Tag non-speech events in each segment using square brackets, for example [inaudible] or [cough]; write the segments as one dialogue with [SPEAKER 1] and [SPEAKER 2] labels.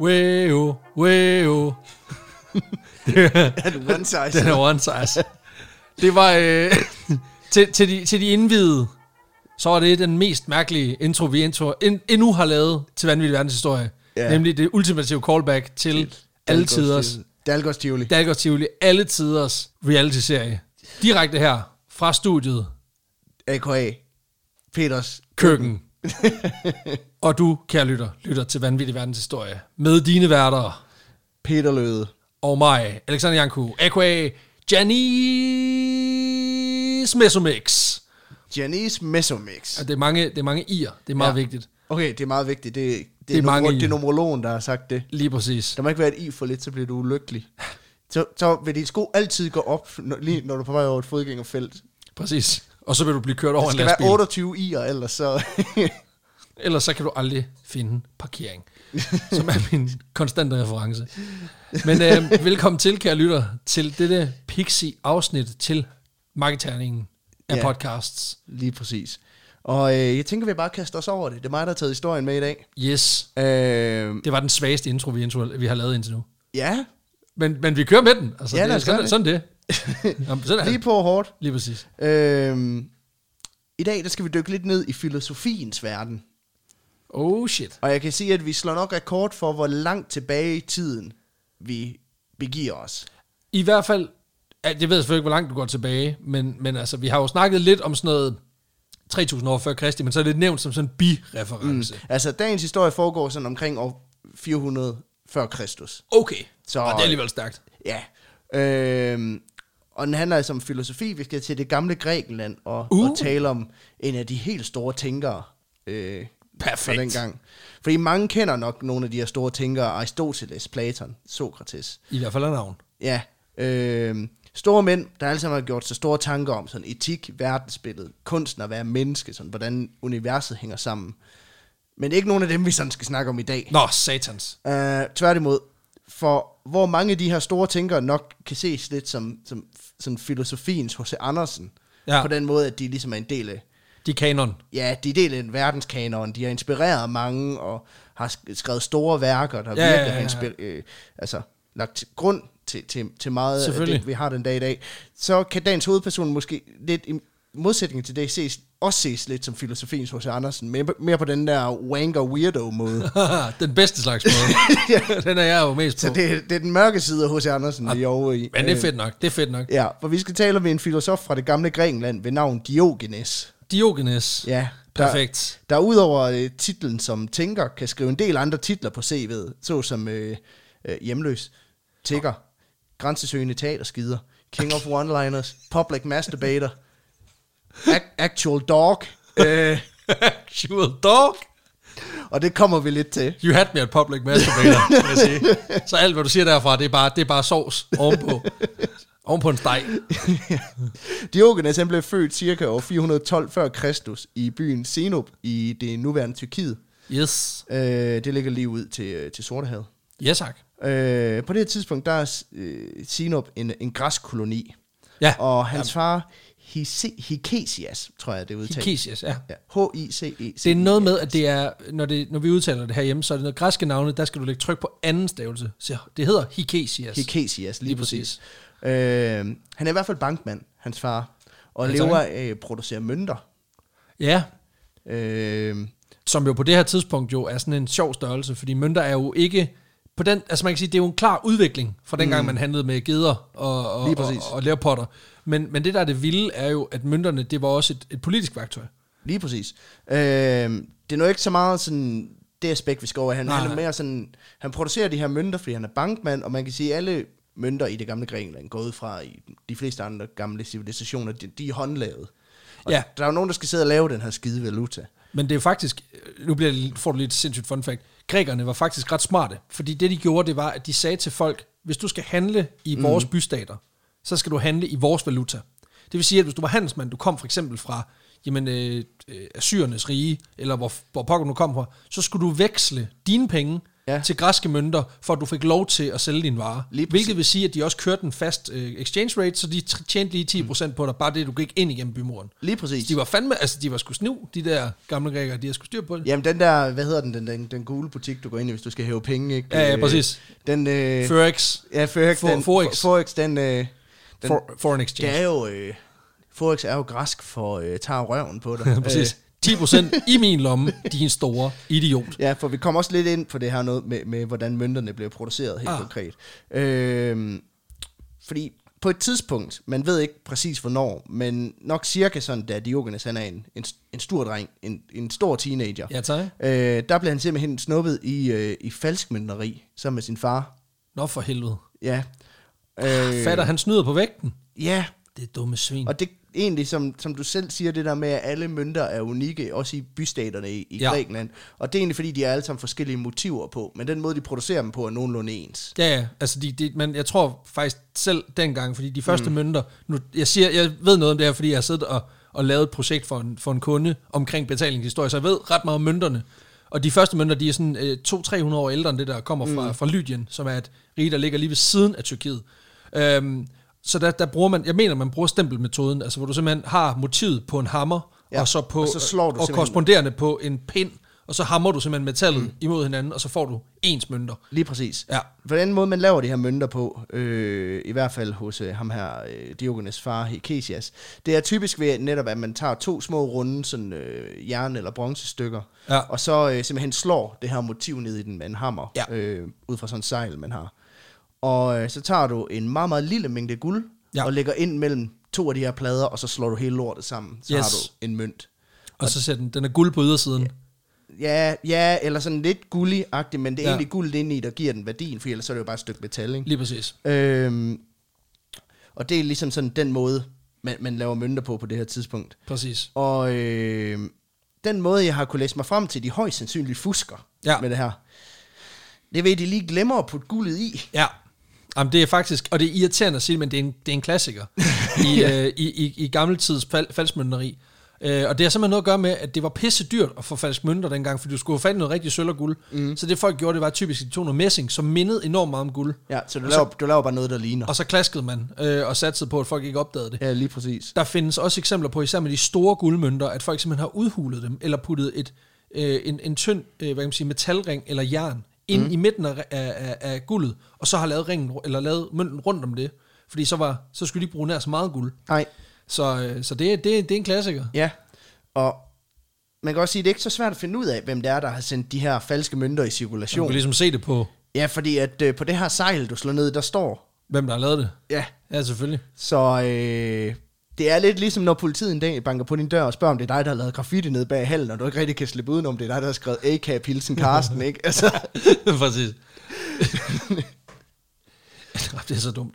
[SPEAKER 1] Weo, [laughs] weo. Det er-
[SPEAKER 2] Er du one size?
[SPEAKER 1] Den er one size. Det var... Øh, [laughs] til, til, de, til de indvidede, så var det den mest mærkelige intro, vi intro, end, endnu har lavet til Vanvittig Verdenshistorie.
[SPEAKER 2] Ja.
[SPEAKER 1] Ja. Nemlig det ultimative callback til alle tiders,
[SPEAKER 2] Dalgårds Tivoli.
[SPEAKER 1] Dalgård Tivoli, alle tiders reality-serie. Direkte her fra studiet
[SPEAKER 2] A.K.A. Peters.
[SPEAKER 1] Køkken. Og du, kære lytter, lytter til Vanvittig Verdenshistorie med dine værter
[SPEAKER 2] Peter Løde.
[SPEAKER 1] og mig, Alexander Janku, a.k.a. Janice Mesomix.
[SPEAKER 2] Janice Mesomix.
[SPEAKER 1] Og det er mange, det er mange i'er. Det er meget
[SPEAKER 2] Ja.
[SPEAKER 1] ja. vigtigt.
[SPEAKER 2] Okay, det er meget vigtigt. Det, det,
[SPEAKER 1] Det
[SPEAKER 2] er,
[SPEAKER 1] er
[SPEAKER 2] numero,
[SPEAKER 1] mange i.
[SPEAKER 2] det er numerologen, der har sagt det.
[SPEAKER 1] Lige præcis.
[SPEAKER 2] Der må ikke være et i for lidt, så bliver du ulykkelig. Så, så vil dine sko altid gå op, når, lige når du er på vej over et fodgængerfelt.
[SPEAKER 1] Præcis. Og så vil du blive kørt over
[SPEAKER 2] Der
[SPEAKER 1] en
[SPEAKER 2] skal
[SPEAKER 1] lastbil.
[SPEAKER 2] være 28 i'er, ellers så... [laughs]
[SPEAKER 1] Ellers så kan du aldrig finde
[SPEAKER 2] [laughs]
[SPEAKER 1] parkering. som er min konstante reference. Men øh, velkommen til, kære lytter, til dette pixie-afsnit til marketerningen af
[SPEAKER 2] Ja.
[SPEAKER 1] yeah. podcasts.
[SPEAKER 2] lige præcis. Og øh, jeg tænker, vi bare kaster os over det. Det er mig, der har taget historien med i dag.
[SPEAKER 1] Yes.
[SPEAKER 2] Øh,
[SPEAKER 1] Det var den svageste intro, vi, intro, vi har lavet indtil nu.
[SPEAKER 2] ja,
[SPEAKER 1] Men, men vi kører med den. Altså,
[SPEAKER 2] Ja,
[SPEAKER 1] ja,
[SPEAKER 2] lad
[SPEAKER 1] det,
[SPEAKER 2] os
[SPEAKER 1] sådan,
[SPEAKER 2] gøre det.
[SPEAKER 1] det. sådan
[SPEAKER 2] [laughs]
[SPEAKER 1] det. Jamen, sådan er
[SPEAKER 2] lige
[SPEAKER 1] det.
[SPEAKER 2] på hårdt.
[SPEAKER 1] Lige præcis.
[SPEAKER 2] Øhm, I dag der skal vi dykke lidt ned i filosofiens verden.
[SPEAKER 1] Oh shit.
[SPEAKER 2] Og jeg kan sige, at vi slår nok rekord for, hvor langt tilbage i tiden vi begiver os.
[SPEAKER 1] I hvert fald, at jeg ved selvfølgelig ikke, hvor langt du går tilbage, men, men altså, vi har jo snakket lidt om sådan noget 3.000 år før Kristi, men så er det nævnt som sådan en bi-reference. Mm.
[SPEAKER 2] Altså, dagens historie foregår sådan omkring år 400 før Kristus.
[SPEAKER 1] Okay,
[SPEAKER 2] Så-
[SPEAKER 1] Mm. så og det er alligevel stærkt.
[SPEAKER 2] Ja. Øhm, og den handler altså om filosofi. Vi skal til det gamle Grækenland og,
[SPEAKER 1] Uh.
[SPEAKER 2] og tale om en af de helt store tænkere øh, fra
[SPEAKER 1] Perfekt.
[SPEAKER 2] dengang. Fordi mange kender nok nogle af de her store tænkere. Aristoteles, Platon, Sokrates.
[SPEAKER 1] I hvert fald er navn.
[SPEAKER 2] Ja, øh, store mænd, der alle sammen har gjort sig store tanker om sådan etik, verdensbillede, kunsten at være menneske, sådan, hvordan universet hænger sammen. Men ikke nogen af dem, vi sådan skal snakke om i dag.
[SPEAKER 1] Nå, satans.
[SPEAKER 2] Øh, tværtimod, for hvor mange af de her store tænkere nok kan ses lidt som, som sådan filosofiens H.C. Andersen, ja.
[SPEAKER 1] Ja.
[SPEAKER 2] på den måde, at de ligesom er en del af,
[SPEAKER 1] De er [laughs] kanon.
[SPEAKER 2] ja, de er del af en verdenskanon, de har inspireret mange, og har sk- skrevet store værker, der
[SPEAKER 1] Ja,
[SPEAKER 2] virkelig
[SPEAKER 1] ja, ja,
[SPEAKER 2] har inspir- øh, altså, lagt til grund til, til, til meget af
[SPEAKER 1] Selvfølgelig.
[SPEAKER 2] det, vi har den dag i dag, så kan dagens hovedperson måske lidt i modsætning til det ses, også ses lidt som filosofiens hos Andersen, mere, mere på den der wanker weirdo måde.
[SPEAKER 1] [laughs] den bedste slags [laughs] måde. den er jeg jo mest på.
[SPEAKER 2] så det, det er den mørke side af H.C. Andersen, vi er over i.
[SPEAKER 1] Men det er fedt nok, det er fedt nok.
[SPEAKER 2] Øh, Ja, for vi skal tale om en filosof fra det gamle Grækenland ved navn Diogenes.
[SPEAKER 1] Diogenes.
[SPEAKER 2] Ja, der-
[SPEAKER 1] Perfekt.
[SPEAKER 2] der udover øh, titlen som tænker, kan skrive en del andre titler på CV'et, såsom øh, øh, Hjemløs, Tigger, Grænsesøgende Teaterskider, King of One-Liners, Public Masturbator, ac- Actual Dog,
[SPEAKER 1] [laughs]
[SPEAKER 2] øh,
[SPEAKER 1] Actual dog.
[SPEAKER 2] og det kommer vi lidt til.
[SPEAKER 1] You had me at public
[SPEAKER 2] [laughs]
[SPEAKER 1] masturbator, vil jeg sige. Så alt, hvad du siger derfra, det er bare, det er bare sovs ovenpå. ovenpå en steg.
[SPEAKER 2] Diogenes han blev født cirka år 412 før Kristus i byen Senope i det nuværende Tyrkiet.
[SPEAKER 1] Yes.
[SPEAKER 2] Øh, det ligger lige ud til, øh, til Sortehavet.
[SPEAKER 1] Ja, tak.
[SPEAKER 2] Øh, på det her tidspunkt, der er øh, Sinope en, en græsk koloni.
[SPEAKER 1] Ja.
[SPEAKER 2] Og hans far, Hise, Hikesias, tror jeg, det udtales.
[SPEAKER 1] Hikesias, ja.
[SPEAKER 2] Ja. H-I-C-E-C.
[SPEAKER 1] Det er noget med, at det er, når, det, når vi udtaler det herhjemme, så er det noget græske navne, der skal du lægge tryk på anden stavelse. Så det hedder Hikesias.
[SPEAKER 2] Hikesias, lige, lige
[SPEAKER 1] Lige
[SPEAKER 2] præcis.
[SPEAKER 1] præcis.
[SPEAKER 2] præcis. Øh, han er i hvert fald bankmand, hans far. Og
[SPEAKER 1] Ja, tak.
[SPEAKER 2] lever af at producere mønter.
[SPEAKER 1] ja,
[SPEAKER 2] Øh,
[SPEAKER 1] som jo på det her tidspunkt jo er sådan en sjov størrelse, fordi mønter er jo ikke på den, altså man kan sige, det er jo en klar udvikling fra dengang, mm. man handlede med geder og, og,
[SPEAKER 2] Lige
[SPEAKER 1] og,
[SPEAKER 2] præcis.
[SPEAKER 1] og lærpotter. Men, men det, der er det vilde, er jo, at mønterne, det var også et, et politisk værktøj.
[SPEAKER 2] lige præcis. Øh, det er nu ikke så meget sådan det aspekt, vi skal over. Han,
[SPEAKER 1] Nej,
[SPEAKER 2] han er
[SPEAKER 1] nej.
[SPEAKER 2] mere sådan, han producerer de her mønter, fordi han er bankmand, og man kan sige, at alle mønter i det gamle Grækenland, gået fra i de fleste andre gamle civilisationer, de, de er håndlavet. Og
[SPEAKER 1] Ja.
[SPEAKER 2] Der er jo nogen, der skal sidde og lave den her skide valuta.
[SPEAKER 1] Men det er jo faktisk, nu bliver det, får du lige et sindssygt fun fact, grækerne var faktisk ret smarte, fordi det de gjorde, det var, at de sagde til folk, hvis du skal handle i
[SPEAKER 2] Mm.
[SPEAKER 1] vores bystater, så skal du handle i vores valuta. Det vil sige, at hvis du var handelsmand, du kom for eksempel fra jamen, øh, øh, Assyrernes rige, eller hvor, hvor pokker du nu kom fra, så skulle du veksle dine penge
[SPEAKER 2] Ja.
[SPEAKER 1] ja. til græske mønter, for at du fik lov til at sælge dine varer.
[SPEAKER 2] Lige præcis.
[SPEAKER 1] Hvilket vil sige, at de også kørte en fast øh, exchange rate, så de tr- tjente lige 10% på dig, bare det, du gik ind igennem bymuren.
[SPEAKER 2] Lige præcis.
[SPEAKER 1] De var fandme, altså de var sgu snu, de der gamle grækere, de har sgu styr på det.
[SPEAKER 2] Jamen den der, hvad hedder den, den, den, den gule butik, du går ind i, hvis du skal hæve penge, ikke?
[SPEAKER 1] Ja, ja,
[SPEAKER 2] Øh,
[SPEAKER 1] præcis.
[SPEAKER 2] Den, øh,
[SPEAKER 1] Forex,
[SPEAKER 2] ja, Forex,
[SPEAKER 1] For-
[SPEAKER 2] den,
[SPEAKER 1] Forex.
[SPEAKER 2] Forex, den, øh, den
[SPEAKER 1] for, foreign
[SPEAKER 2] det
[SPEAKER 1] exchange.
[SPEAKER 2] er jo, øh, Forex er jo græsk for øh, tager
[SPEAKER 1] [laughs]
[SPEAKER 2] røven på dig. Øh,
[SPEAKER 1] Præcis. 10% i min lomme, din store idiot.
[SPEAKER 2] Ja, for vi kommer også lidt ind på det her noget med, med hvordan mønterne bliver produceret helt ah.
[SPEAKER 1] Ah.
[SPEAKER 2] konkret. Øhm, fordi på et tidspunkt, man ved ikke præcis hvornår, men nok cirka sådan, da Diogenes han er en, en, en stor dreng, en, en stor teenager,
[SPEAKER 1] Ja, tak.
[SPEAKER 2] øh, der bliver han simpelthen snuppet i, øh, i falskmøntneri sammen med sin far.
[SPEAKER 1] Nå for helvede.
[SPEAKER 2] Ja.
[SPEAKER 1] Øh. Fatter, han snyder på vægten.
[SPEAKER 2] Ja,
[SPEAKER 1] Det er dumme svin.
[SPEAKER 2] og det egentlig, som, som du selv siger, det der med, at alle mønter er unikke, også i bystaterne i, i ja.
[SPEAKER 1] Ja.
[SPEAKER 2] Grækenland. Og det er egentlig, fordi de har alle sammen forskellige motiver på, men den måde, de producerer dem på, er nogenlunde ens.
[SPEAKER 1] Ja, ja, altså de, de, men jeg tror faktisk selv dengang, fordi de første mm. mønter, nu, jeg, siger, jeg ved noget om det her, fordi jeg har siddet og, og lavet et projekt for en, for en kunde omkring betalingshistorie, så jeg ved ret meget om mønterne. Og de første mønter, de er sådan øh, 200-300 år ældre end det, der kommer fra, mm. fra Lydien, som er et rige, der ligger lige ved siden af Tyrkiet. Øhm, så der, der bruger man, jeg mener, man bruger stempelmetoden, altså hvor du simpelthen har motivet på en hammer,
[SPEAKER 2] Ja,
[SPEAKER 1] ja, og så på
[SPEAKER 2] og så slår du
[SPEAKER 1] og
[SPEAKER 2] simpelthen-
[SPEAKER 1] korresponderende på en pind, og så hammer du simpelthen metallet mm. imod hinanden, og så får du ens mønter.
[SPEAKER 2] Lige præcis.
[SPEAKER 1] Ja.
[SPEAKER 2] For den måde, man laver de her mønter på, øh, i hvert fald hos øh, ham her, øh, Diogenes far, Hekesias, det er typisk ved netop, at man tager to små runde sådan, øh, jern- eller bronzestykker,
[SPEAKER 1] Ja.
[SPEAKER 2] og så øh, simpelthen slår det her motiv ned i den med en hammer,
[SPEAKER 1] Ja.
[SPEAKER 2] øh, ud fra sådan en sejl, man har. Og øh, så tager du en meget, meget lille mængde guld,
[SPEAKER 1] Ja.
[SPEAKER 2] og lægger ind mellem to af de her plader, og så slår du hele lortet sammen. Så
[SPEAKER 1] Yes.
[SPEAKER 2] har du en mønt.
[SPEAKER 1] Og så ser den, den er guld på ydersiden.
[SPEAKER 2] Ja, ja, eller sådan lidt gullig-agtigt, men det er
[SPEAKER 1] Ja.
[SPEAKER 2] ja. egentlig guld indeni, der giver den værdien, for ellers er det jo bare et stykke metal, ikke?
[SPEAKER 1] Lige præcis.
[SPEAKER 2] Øhm, og det er ligesom sådan den måde, man, man laver mønter på på det her tidspunkt.
[SPEAKER 1] Præcis.
[SPEAKER 2] Og øh, den måde, jeg har kunne læse mig frem til, de højst sandsynligt fusker
[SPEAKER 1] Ja.
[SPEAKER 2] med det her. Det ved, at de lige glemmer at putte guldet i.
[SPEAKER 1] Ja. Jamen, det er faktisk, og det er irriterende at sige, men det er en, det er en [laughs] klassiker i, ja. øh, i, i, i gammeltids fal, falskmøntneri. Øh, og det har simpelthen noget at gøre med, at det var pisse dyrt at få falsk mønter dengang, fordi du skulle have fat i noget rigtig sølv og guld. Mm. Så det folk gjorde, det var typisk, at de tog noget messing, som mindede enormt meget om guld.
[SPEAKER 2] Ja, så du, laver, du laver bare noget, der ligner.
[SPEAKER 1] Og så klaskede man øh, og satsede på, at folk ikke opdagede det.
[SPEAKER 2] Ja, lige præcis.
[SPEAKER 1] Der findes også eksempler på, især med de store guldmønter, at folk simpelthen har udhulet dem, eller puttet et, øh, en, en tynd øh, hvad kan man sige, metalring eller jern ind mm. i midten af, af, af, af guldet, og så har lavet, ringen, eller lavet mønten rundt om det. Fordi så, var, så skulle de ikke bruge nær så meget guld.
[SPEAKER 2] Nej,
[SPEAKER 1] Så, øh, så det, er- det, er- det er en klassiker.
[SPEAKER 2] ja. Og man kan også sige, at det er ikke så svært at finde ud af, hvem det er, der har sendt de her falske mønter i
[SPEAKER 1] Du
[SPEAKER 2] cirkulation.
[SPEAKER 1] kan ligesom se det på,
[SPEAKER 2] Ja, fordi at øh, på det her sejl, du slår ned, der står...
[SPEAKER 1] hvem der har lavet det.
[SPEAKER 2] Ja,
[SPEAKER 1] Ja, selvfølgelig.
[SPEAKER 2] Så øh, det er lidt ligesom, når politiet en dag banker på din dør og spørger, om det er dig, der har lavet graffiti nede bag hallen, og du ikke rigtig kan slippe udenom, det er dig, der har skrevet A.K. Pilsen
[SPEAKER 1] [laughs]
[SPEAKER 2] Karsten, ikke? Altså,
[SPEAKER 1] [laughs] Præcis. Nå, det er så dumt.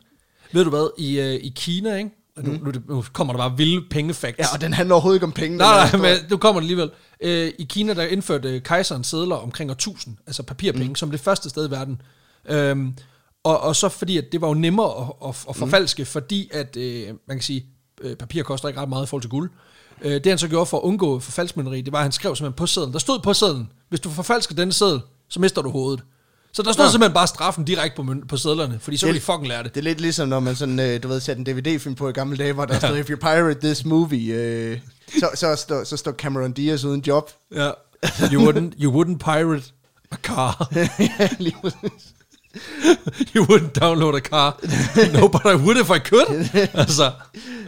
[SPEAKER 1] Ved du hvad, i, øh, i Kina, ikke? Nu, mm. nu, nu kommer der bare vilde pengefacts.
[SPEAKER 2] ja, og den handler overhovedet ikke om penge.
[SPEAKER 1] Nej, nej,
[SPEAKER 2] den her
[SPEAKER 1] men nu kommer det alligevel. Øh, I Kina, der indførte kejseren sædler omkring år 1000, altså papirpenge, mm. som det første sted i verden. Øhm, og, og så fordi, at det var jo nemmere at, at, at forfalske, mm. fordi at, øh, man kan sige, øh, papir koster ikke ret meget i forhold til guld. Øh, det han så gjorde for at undgå forfalskmønteri, det var, at han skrev simpelthen på sædlen. Der stod på sædlen, hvis du forfalsker denne sædel, så mister du hovedet. Så der stod
[SPEAKER 2] Nå.
[SPEAKER 1] simpelthen bare straffen direkte på, møn- på sædlerne, fordi så ville de fucking lære Ah. det.
[SPEAKER 2] Det er lidt ligesom, når man sådan, øh, du ved, satte en DVD-film på i gamle dage, hvor der stod, if you pirate this movie, øh, så, så, så, så står Cameron Diaz uden job. [laughs]
[SPEAKER 1] Ja. You wouldn't, you wouldn't pirate a car. [laughs]
[SPEAKER 2] ja, lige præcis.
[SPEAKER 1] you wouldn't download a car. [laughs] No, but I would if I
[SPEAKER 2] [laughs]
[SPEAKER 1] could. altså,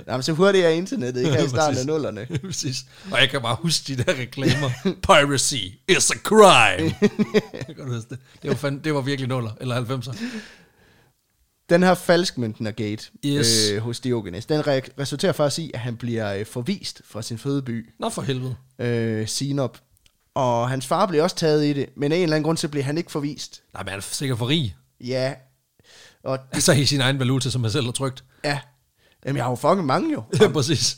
[SPEAKER 2] Nå, men så hurtigt er internettet, ikke her i
[SPEAKER 1] Ja,
[SPEAKER 2] starten af
[SPEAKER 1] præcis.
[SPEAKER 2] nullerne.
[SPEAKER 1] [laughs] præcis. Og jeg kan bare huske de der reklamer. Piracy is a
[SPEAKER 2] [laughs]
[SPEAKER 1] crime. jeg kan godt huske det. Det var, fandme, det var virkelig nuller, eller 90'er.
[SPEAKER 2] Den her falskmønten gate
[SPEAKER 1] Yes.
[SPEAKER 2] øh, hos Diogenes, den re- resulterer faktisk i, at han bliver øh, forvist fra sin fødeby,
[SPEAKER 1] Nå for helvede.
[SPEAKER 2] øh, Sinop. Og hans far bliver også taget i det, men af en eller anden grund, så bliver han ikke forvist.
[SPEAKER 1] Nej, men han er sikkert for rig.
[SPEAKER 2] Ja. Og
[SPEAKER 1] Altså i sin egen valuta, som han selv har
[SPEAKER 2] [laughs]
[SPEAKER 1] trygt.
[SPEAKER 2] ja. Jamen, jeg har jo fucking mange jo.
[SPEAKER 1] Ja,
[SPEAKER 2] [laughs]
[SPEAKER 1] præcis.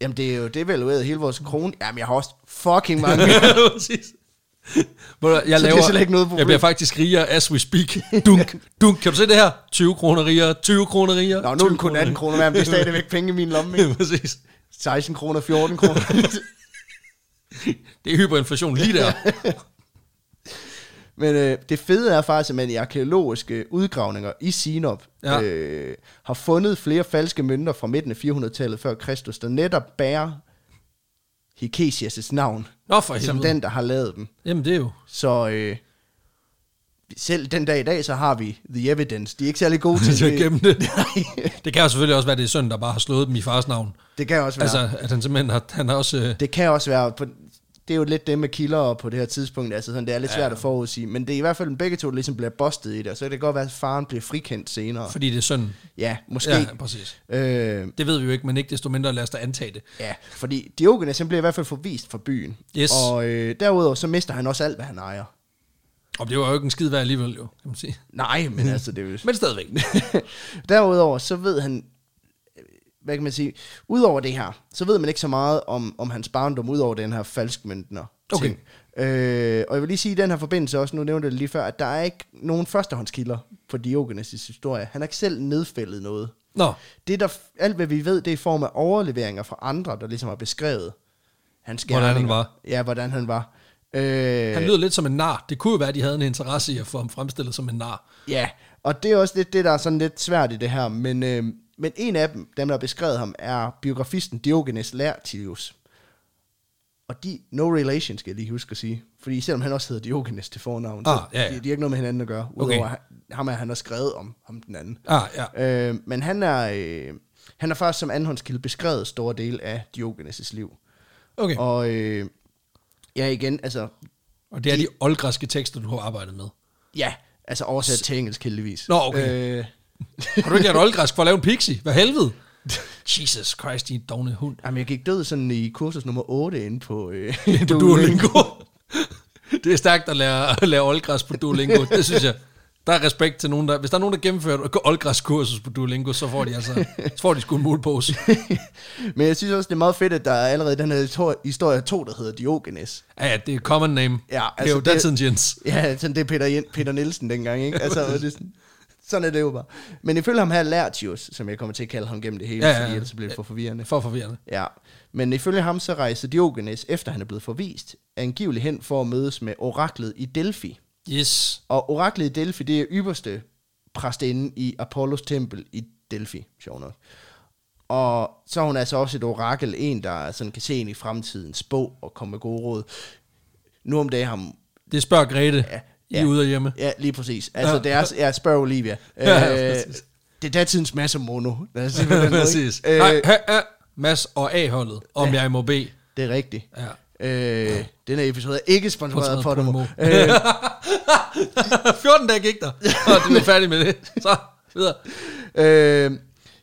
[SPEAKER 2] Jamen, det er jo devalueret hele vores krone. Jamen, jeg har også fucking mange.
[SPEAKER 1] [laughs] præcis. Ved du hvad, Jeg,
[SPEAKER 2] Så det er
[SPEAKER 1] laver,
[SPEAKER 2] slet ikke noget problem.
[SPEAKER 1] jeg bliver faktisk rigere, as we
[SPEAKER 2] [laughs]
[SPEAKER 1] speak. Dunk, dunk. Kan du se det her? 20 kroner rigere, 20 kroner rigere.
[SPEAKER 2] Nå, nu er den kun 18 kroner værd, men det er stadigvæk penge i min lomme.
[SPEAKER 1] [laughs]
[SPEAKER 2] ikke?
[SPEAKER 1] Ja, præcis.
[SPEAKER 2] 16 kroner, 14 kroner. [laughs]
[SPEAKER 1] Det er hyperinflation lige der.
[SPEAKER 2] Men øh, det fede er faktisk, at man i arkeologiske udgravninger i Sinop
[SPEAKER 1] Ja.
[SPEAKER 2] ja. øh, har fundet flere falske mønter fra midten af 400-tallet før Kristus, der netop bærer Hikesias' navn,
[SPEAKER 1] Nå for
[SPEAKER 2] som
[SPEAKER 1] helvede.
[SPEAKER 2] den, der har lavet dem.
[SPEAKER 1] Jamen det er jo.
[SPEAKER 2] Så øh, selv den dag i dag, så har vi the evidence. De er ikke
[SPEAKER 1] [laughs]
[SPEAKER 2] særlig gode til
[SPEAKER 1] Til at
[SPEAKER 2] [laughs]
[SPEAKER 1] gemme det.
[SPEAKER 2] Nej,
[SPEAKER 1] Det kan jo selvfølgelig også være, at det er sønnen, der bare har slået dem i fars navn.
[SPEAKER 2] det kan også være.
[SPEAKER 1] Altså, at han simpelthen har, han har også... Øh,
[SPEAKER 2] Det kan også være, på, det er jo lidt det med kilder og på det her tidspunkt, altså sådan, det er lidt ja. svært at forudsige, men det er i hvert fald, at begge to ligesom bliver bustet i det, og så kan det godt være, at faren bliver frikendt senere.
[SPEAKER 1] fordi det er sønnen.
[SPEAKER 2] Ja, måske.
[SPEAKER 1] Ja, præcis.
[SPEAKER 2] Ja. Øh,
[SPEAKER 1] Det ved vi jo ikke, men ikke desto mindre lad os da antage det.
[SPEAKER 2] ja, fordi Diogenes han bliver i hvert fald forvist fra byen,
[SPEAKER 1] Yes.
[SPEAKER 2] og øh, derudover så mister han også alt, hvad han ejer.
[SPEAKER 1] Og det var jo ikke en skid værd alligevel, jo, kan man sige.
[SPEAKER 2] Nej, men altså, det er jo
[SPEAKER 1] Mm. Men stadigvæk.
[SPEAKER 2] [laughs] Derudover, så ved han, øh, hvad kan man sige, udover det her, så ved man ikke så meget om, om hans barndom, udover den her falskmyndner
[SPEAKER 1] Okay.
[SPEAKER 2] ting. Øh, og jeg vil lige sige i den her forbindelse også, nu nævnte jeg det lige før, at der er ikke nogen førstehåndskilder på Diogenes' historie. Han har ikke selv nedfældet noget.
[SPEAKER 1] Nå,
[SPEAKER 2] Det der, alt hvad vi ved, det er i form af overleveringer fra andre, der ligesom har beskrevet hans
[SPEAKER 1] Hvordan han
[SPEAKER 2] gerninger.
[SPEAKER 1] var.
[SPEAKER 2] Ja, hvordan han var. Øh,
[SPEAKER 1] han lyder lidt som en nar. Det kunne jo være, at de havde en interesse i at få ham fremstillet som en nar.
[SPEAKER 2] Ja, og det er også lidt det, der er sådan lidt svært i det her, men, øh, men en af dem, dem der har beskrevet ham, er biografisten Diogenes Laertius. Og de, no relation, skal jeg lige huske at sige. Fordi selvom han også hedder Diogenes til fornavn, så
[SPEAKER 1] Ah, ja, ja.
[SPEAKER 2] De, de har ikke noget med hinanden at gøre,
[SPEAKER 1] Okay.
[SPEAKER 2] udover okay. ham, at han har skrevet om, om den anden.
[SPEAKER 1] Ah, ja.
[SPEAKER 2] Øh, men han er, øh, han er faktisk som andenhåndskilde beskrevet store del af Diogenes' liv.
[SPEAKER 1] Okay. Og,
[SPEAKER 2] Og øh, ja, igen, altså,
[SPEAKER 1] og det er de oldgræske tekster, du har arbejdet med.
[SPEAKER 2] ja, altså oversat til engelsk heldigvis.
[SPEAKER 1] Nå, okay.
[SPEAKER 2] Øh,
[SPEAKER 1] Har du ikke lært oldgræsk for at lave en pixie? Hvad
[SPEAKER 2] [laughs]
[SPEAKER 1] helvede? Jesus Christ, din dogne hund.
[SPEAKER 2] Jamen, jeg gik død sådan i kursus nummer 8 inde
[SPEAKER 1] [laughs]
[SPEAKER 2] på øh,
[SPEAKER 1] På Duolingo. [laughs] det er stærkt at lære, at lære oldgræs på Duolingo. Det synes jeg. Der er respekt til nogen, der... Hvis der er nogen, der gennemfører et oldgræskursus på Duolingo, så får de altså... Så får de sgu en mulepose.
[SPEAKER 2] [laughs] Men jeg synes også, det er meget fedt, at der er allerede i den her histor- historie to, der hedder Diogenes.
[SPEAKER 1] Ja, ja, det er common name.
[SPEAKER 2] Ja,
[SPEAKER 1] det er jo
[SPEAKER 2] altså, det-
[SPEAKER 1] datidens Jens.
[SPEAKER 2] Ja, sådan det er Peter, Jen- Peter Nielsen dengang, ikke? Altså, og det er sådan, sådan er det jo bare. Men ifølge ham her Lertius, som jeg kommer til at kalde ham gennem det hele,
[SPEAKER 1] Ja,
[SPEAKER 2] ja,
[SPEAKER 1] ja,
[SPEAKER 2] ja.
[SPEAKER 1] ja.
[SPEAKER 2] fordi ellers så bliver det for forvirrende.
[SPEAKER 1] For forvirrende.
[SPEAKER 2] Ja, men ifølge ham så rejser Diogenes, efter han er blevet forvist, angiveligt hen for at mødes med oraklet i Delphi.
[SPEAKER 1] Yes.
[SPEAKER 2] Og oraklet i Delphi, det er ypperste præstinde i Apollos tempel i Delphi, sjov nok. Og så er hun altså også et orakel, en der sådan kan se ind i fremtiden, spå og komme med gode råd. Nu om dagen ham...
[SPEAKER 1] Det spørger Grete. Ja,
[SPEAKER 2] Ja,
[SPEAKER 1] ja. I
[SPEAKER 2] ja.
[SPEAKER 1] er ude og hjemme.
[SPEAKER 2] Ja, lige præcis. Altså,
[SPEAKER 1] Ja.
[SPEAKER 2] ja. det er... Ja, spørg Olivia.
[SPEAKER 1] [laughs] Ja,
[SPEAKER 2] Øh,
[SPEAKER 1] præcis.
[SPEAKER 2] det er datidens masse mono. Lad os
[SPEAKER 1] [laughs]
[SPEAKER 2] sige, hvad den
[SPEAKER 1] Ja,
[SPEAKER 2] hedder, ikke?
[SPEAKER 1] præcis.
[SPEAKER 2] Øh,
[SPEAKER 1] Nej, ha, ha. Mads og A-holdet, om ja. jeg må bede.
[SPEAKER 2] det er rigtigt.
[SPEAKER 1] Ja.
[SPEAKER 2] Øh, den her episode er ikke sponsoreret på
[SPEAKER 1] Sponsoreret
[SPEAKER 2] Podimo.
[SPEAKER 1] Podimo.
[SPEAKER 2] Øh,
[SPEAKER 1] [laughs] 14 dage gik der, og
[SPEAKER 2] [laughs]
[SPEAKER 1] du er færdig med det. Så videre.
[SPEAKER 2] Øh,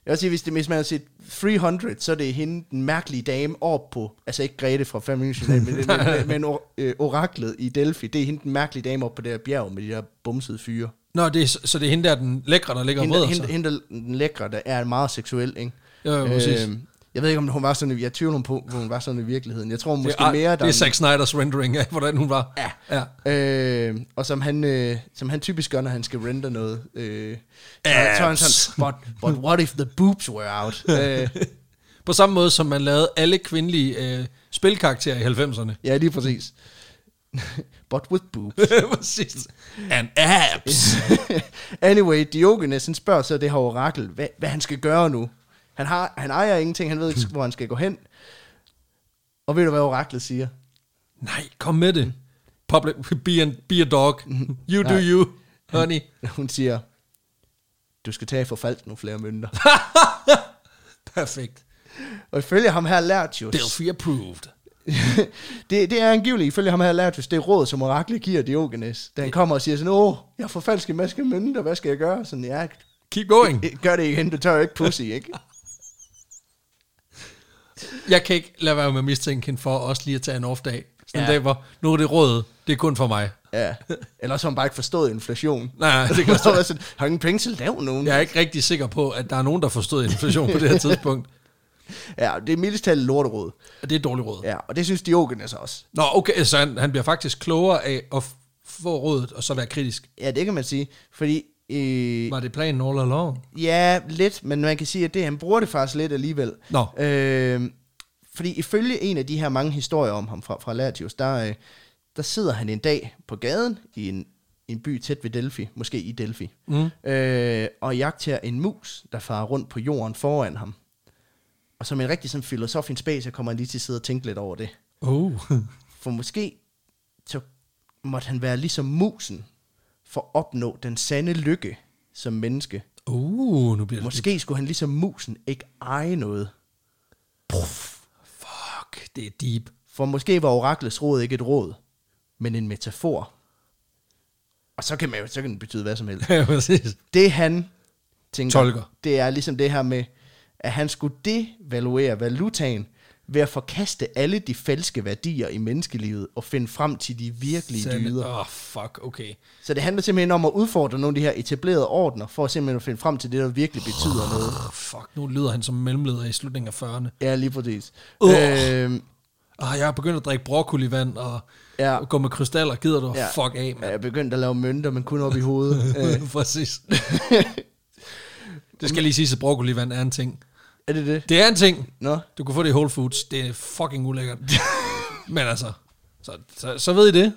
[SPEAKER 2] jeg vil sige, hvis, det, hvis man har set 300, så er det hende, den mærkelige dame, op på, altså ikke Grete fra Family Journal, men, men, men, men or, øh, oraklet i Delphi, det er hende, den mærkelige dame op på det her bjerg med de der bumsede fyre.
[SPEAKER 1] Nå, det er, så det er hende der, den lækre, der ligger og
[SPEAKER 2] Hende,
[SPEAKER 1] brød
[SPEAKER 2] hende,
[SPEAKER 1] sig.
[SPEAKER 2] hende, der- den lækre, der er meget seksuel, ikke? Øh,
[SPEAKER 1] Jo, jo, præcis.
[SPEAKER 2] jeg ved ikke, om hun var sådan, i- jeg tvivler på, om hun var sådan i virkeligheden. Jeg tror måske
[SPEAKER 1] det er,
[SPEAKER 2] mere, der
[SPEAKER 1] det er Zack Snyder's rendering af, hvordan hun var.
[SPEAKER 2] Ja.
[SPEAKER 1] ja.
[SPEAKER 2] Øh, og som han, øh, som han typisk gør, når han skal render noget. Øh, så,
[SPEAKER 1] Abs.
[SPEAKER 2] så er han sådan, but, but what if the boobs
[SPEAKER 1] [laughs]
[SPEAKER 2] were out? øh,
[SPEAKER 1] På samme måde, som man lavede alle kvindelige øh, spilkarakterer i 90'erne.
[SPEAKER 2] Ja, lige præcis. But with boobs.
[SPEAKER 1] [laughs] Præcis. And abs.
[SPEAKER 2] anyway, Diogenes han spørger så det her orakel, hvad, hvad han skal gøre nu. Han, har, han ejer ingenting, han ved ikke, hvor han skal gå hen. Og ved du, hvad oraklet siger?
[SPEAKER 1] Nej, kom med det. Public, be, an, be a dog. You do
[SPEAKER 2] Nej.
[SPEAKER 1] you, honey.
[SPEAKER 2] Hun siger, du skal tage for fald nogle flere mønter.
[SPEAKER 1] Perfekt.
[SPEAKER 2] Og ifølge ham her Lertius,
[SPEAKER 1] Delphi approved.
[SPEAKER 2] [laughs] det, det er angiveligt, ifølge ham her Lertius, det er råd, som oraklet giver Diogenes. Da han kommer og siger sådan, åh, jeg får falske maske mønter, hvad skal jeg gøre? Sådan, ja,
[SPEAKER 1] Keep going.
[SPEAKER 2] gør det igen, du tør jo ikke pussy, ikke?
[SPEAKER 1] Jeg kan ikke lade være med at mistænke hende for også lige at tage en off-dag. Sådan en
[SPEAKER 2] Ja.
[SPEAKER 1] dag, hvor nu er det råd, det er kun for mig.
[SPEAKER 2] Ja. Ellers har hun bare ikke forstået inflation.
[SPEAKER 1] Nej, nej,
[SPEAKER 2] [laughs]
[SPEAKER 1] det kan også
[SPEAKER 2] Så var jeg sådan, har ingen penge til at lave nogen? Ja.
[SPEAKER 1] Jeg er ikke rigtig sikker på, at der er nogen, der forstod inflation på det
[SPEAKER 2] [laughs]
[SPEAKER 1] her tidspunkt.
[SPEAKER 2] ja, det er mildest talt lorteråd.
[SPEAKER 1] Og det er et dårligt råd.
[SPEAKER 2] Ja, og det synes Diogenes også.
[SPEAKER 1] Nå, okay, så han, han bliver faktisk klogere af at f- få rådet, og så være kritisk.
[SPEAKER 2] Ja, det kan man sige, fordi... Øh,
[SPEAKER 1] Var det planen all along?
[SPEAKER 2] ja, lidt, men man kan sige, at det, han bruger det faktisk lidt alligevel.
[SPEAKER 1] Nå.
[SPEAKER 2] Øh, fordi ifølge en af de her mange historier om ham fra, fra Latius, der, øh, der sidder han en dag på gaden i en en by tæt ved Delphi, måske i Delphi, mm. øh, og jagter en mus, der farer rundt på jorden foran ham. Og som en rigtig sådan, filosof in space, så kommer han lige til at sidde og tænke lidt over det.
[SPEAKER 1] Oh.
[SPEAKER 2] For måske så måtte han være ligesom musen, for at opnå den sande lykke som menneske.
[SPEAKER 1] Uh, nu bliver det...
[SPEAKER 2] Måske skulle han ligesom musen ikke eje noget.
[SPEAKER 1] Fuck, det er deep. [laughs]
[SPEAKER 2] For måske var oraklets råd ikke et råd, men en metafor. Og så kan man jo, så kan den betyde hvad som helst.
[SPEAKER 1] Ja, præcis.
[SPEAKER 2] Det han tænker,
[SPEAKER 1] Tolker.
[SPEAKER 2] det er ligesom det her med, at han skulle devaluere valutaen ved at forkaste alle de falske værdier i menneskelivet og finde frem til de virkelige
[SPEAKER 1] Sande-
[SPEAKER 2] dyder.
[SPEAKER 1] Åh, oh, fuck, okay.
[SPEAKER 2] Så det handler simpelthen om at udfordre nogle af de her etablerede ordner, for simpelthen at finde frem til det, der virkelig betyder noget.
[SPEAKER 1] Oh, fuck, nu lyder han som mellemleder i slutningen af 40'erne.
[SPEAKER 2] Ja, lige præcis.
[SPEAKER 1] Åh.
[SPEAKER 2] Øhm,
[SPEAKER 1] Ah, jeg er begyndt at drikke broccoli-vand og
[SPEAKER 2] Ja.
[SPEAKER 1] ja. gå med krystaller. Gider du?
[SPEAKER 2] Ja.
[SPEAKER 1] Ja. Fuck af, mand.
[SPEAKER 2] jeg begyndte at lave mønter, men kun op i
[SPEAKER 1] [laughs]
[SPEAKER 2] hovedet. øh,
[SPEAKER 1] Ja. Præcis. det skal lige siges, at broccoli-vand er en ting.
[SPEAKER 2] er det det?
[SPEAKER 1] Det er en ting.
[SPEAKER 2] Nå?
[SPEAKER 1] Du kan få det i Whole Foods. Det er fucking ulækkert. [laughs] Men altså, så, så, så ved I
[SPEAKER 2] [laughs]
[SPEAKER 1] det.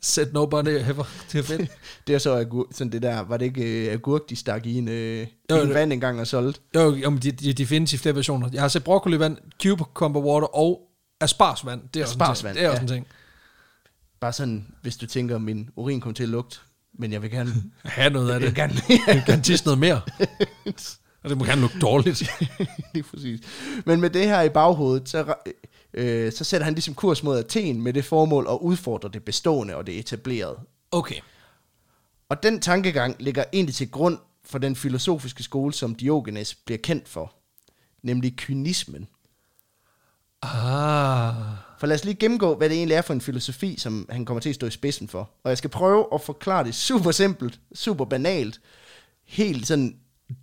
[SPEAKER 1] Sæt nobody ever. Det er fedt.
[SPEAKER 2] Det er så agur- sådan det der, var det ikke øh, agurk, de stak i en, øh,
[SPEAKER 1] Jo,
[SPEAKER 2] jo, en
[SPEAKER 1] det-
[SPEAKER 2] vand engang og solgte?
[SPEAKER 1] Jo, jo, men de, de, de findes i flere versioner. Jeg har set broccoli-vand, cucumber water og asparsvand. Det er også en
[SPEAKER 2] Asparsvand,
[SPEAKER 1] ting. Det er også
[SPEAKER 2] ja.
[SPEAKER 1] en ting.
[SPEAKER 2] Bare sådan, hvis du tænker, at min urin kommer til at lugte, men jeg vil
[SPEAKER 1] [laughs]
[SPEAKER 2] gerne...
[SPEAKER 1] Ha' noget af
[SPEAKER 2] Jeg
[SPEAKER 1] det.
[SPEAKER 2] vil gerne...
[SPEAKER 1] [laughs] Jeg vil gerne tisse noget mere. Og det må gerne lugte dårligt.
[SPEAKER 2] lige præcis. Men med det her i baghovedet, så, re- øh, så sætter han ligesom kurs mod Athen med det formål at udfordre det bestående og det etablerede.
[SPEAKER 1] Okay.
[SPEAKER 2] Og den tankegang ligger egentlig til grund for den filosofiske skole, som Diogenes bliver kendt for, nemlig kynismen.
[SPEAKER 1] Ah.
[SPEAKER 2] For lad os lige gennemgå, hvad det egentlig er for en filosofi, som han kommer til at stå i spidsen for. Og jeg skal prøve at forklare det super simpelt, super banalt, helt sådan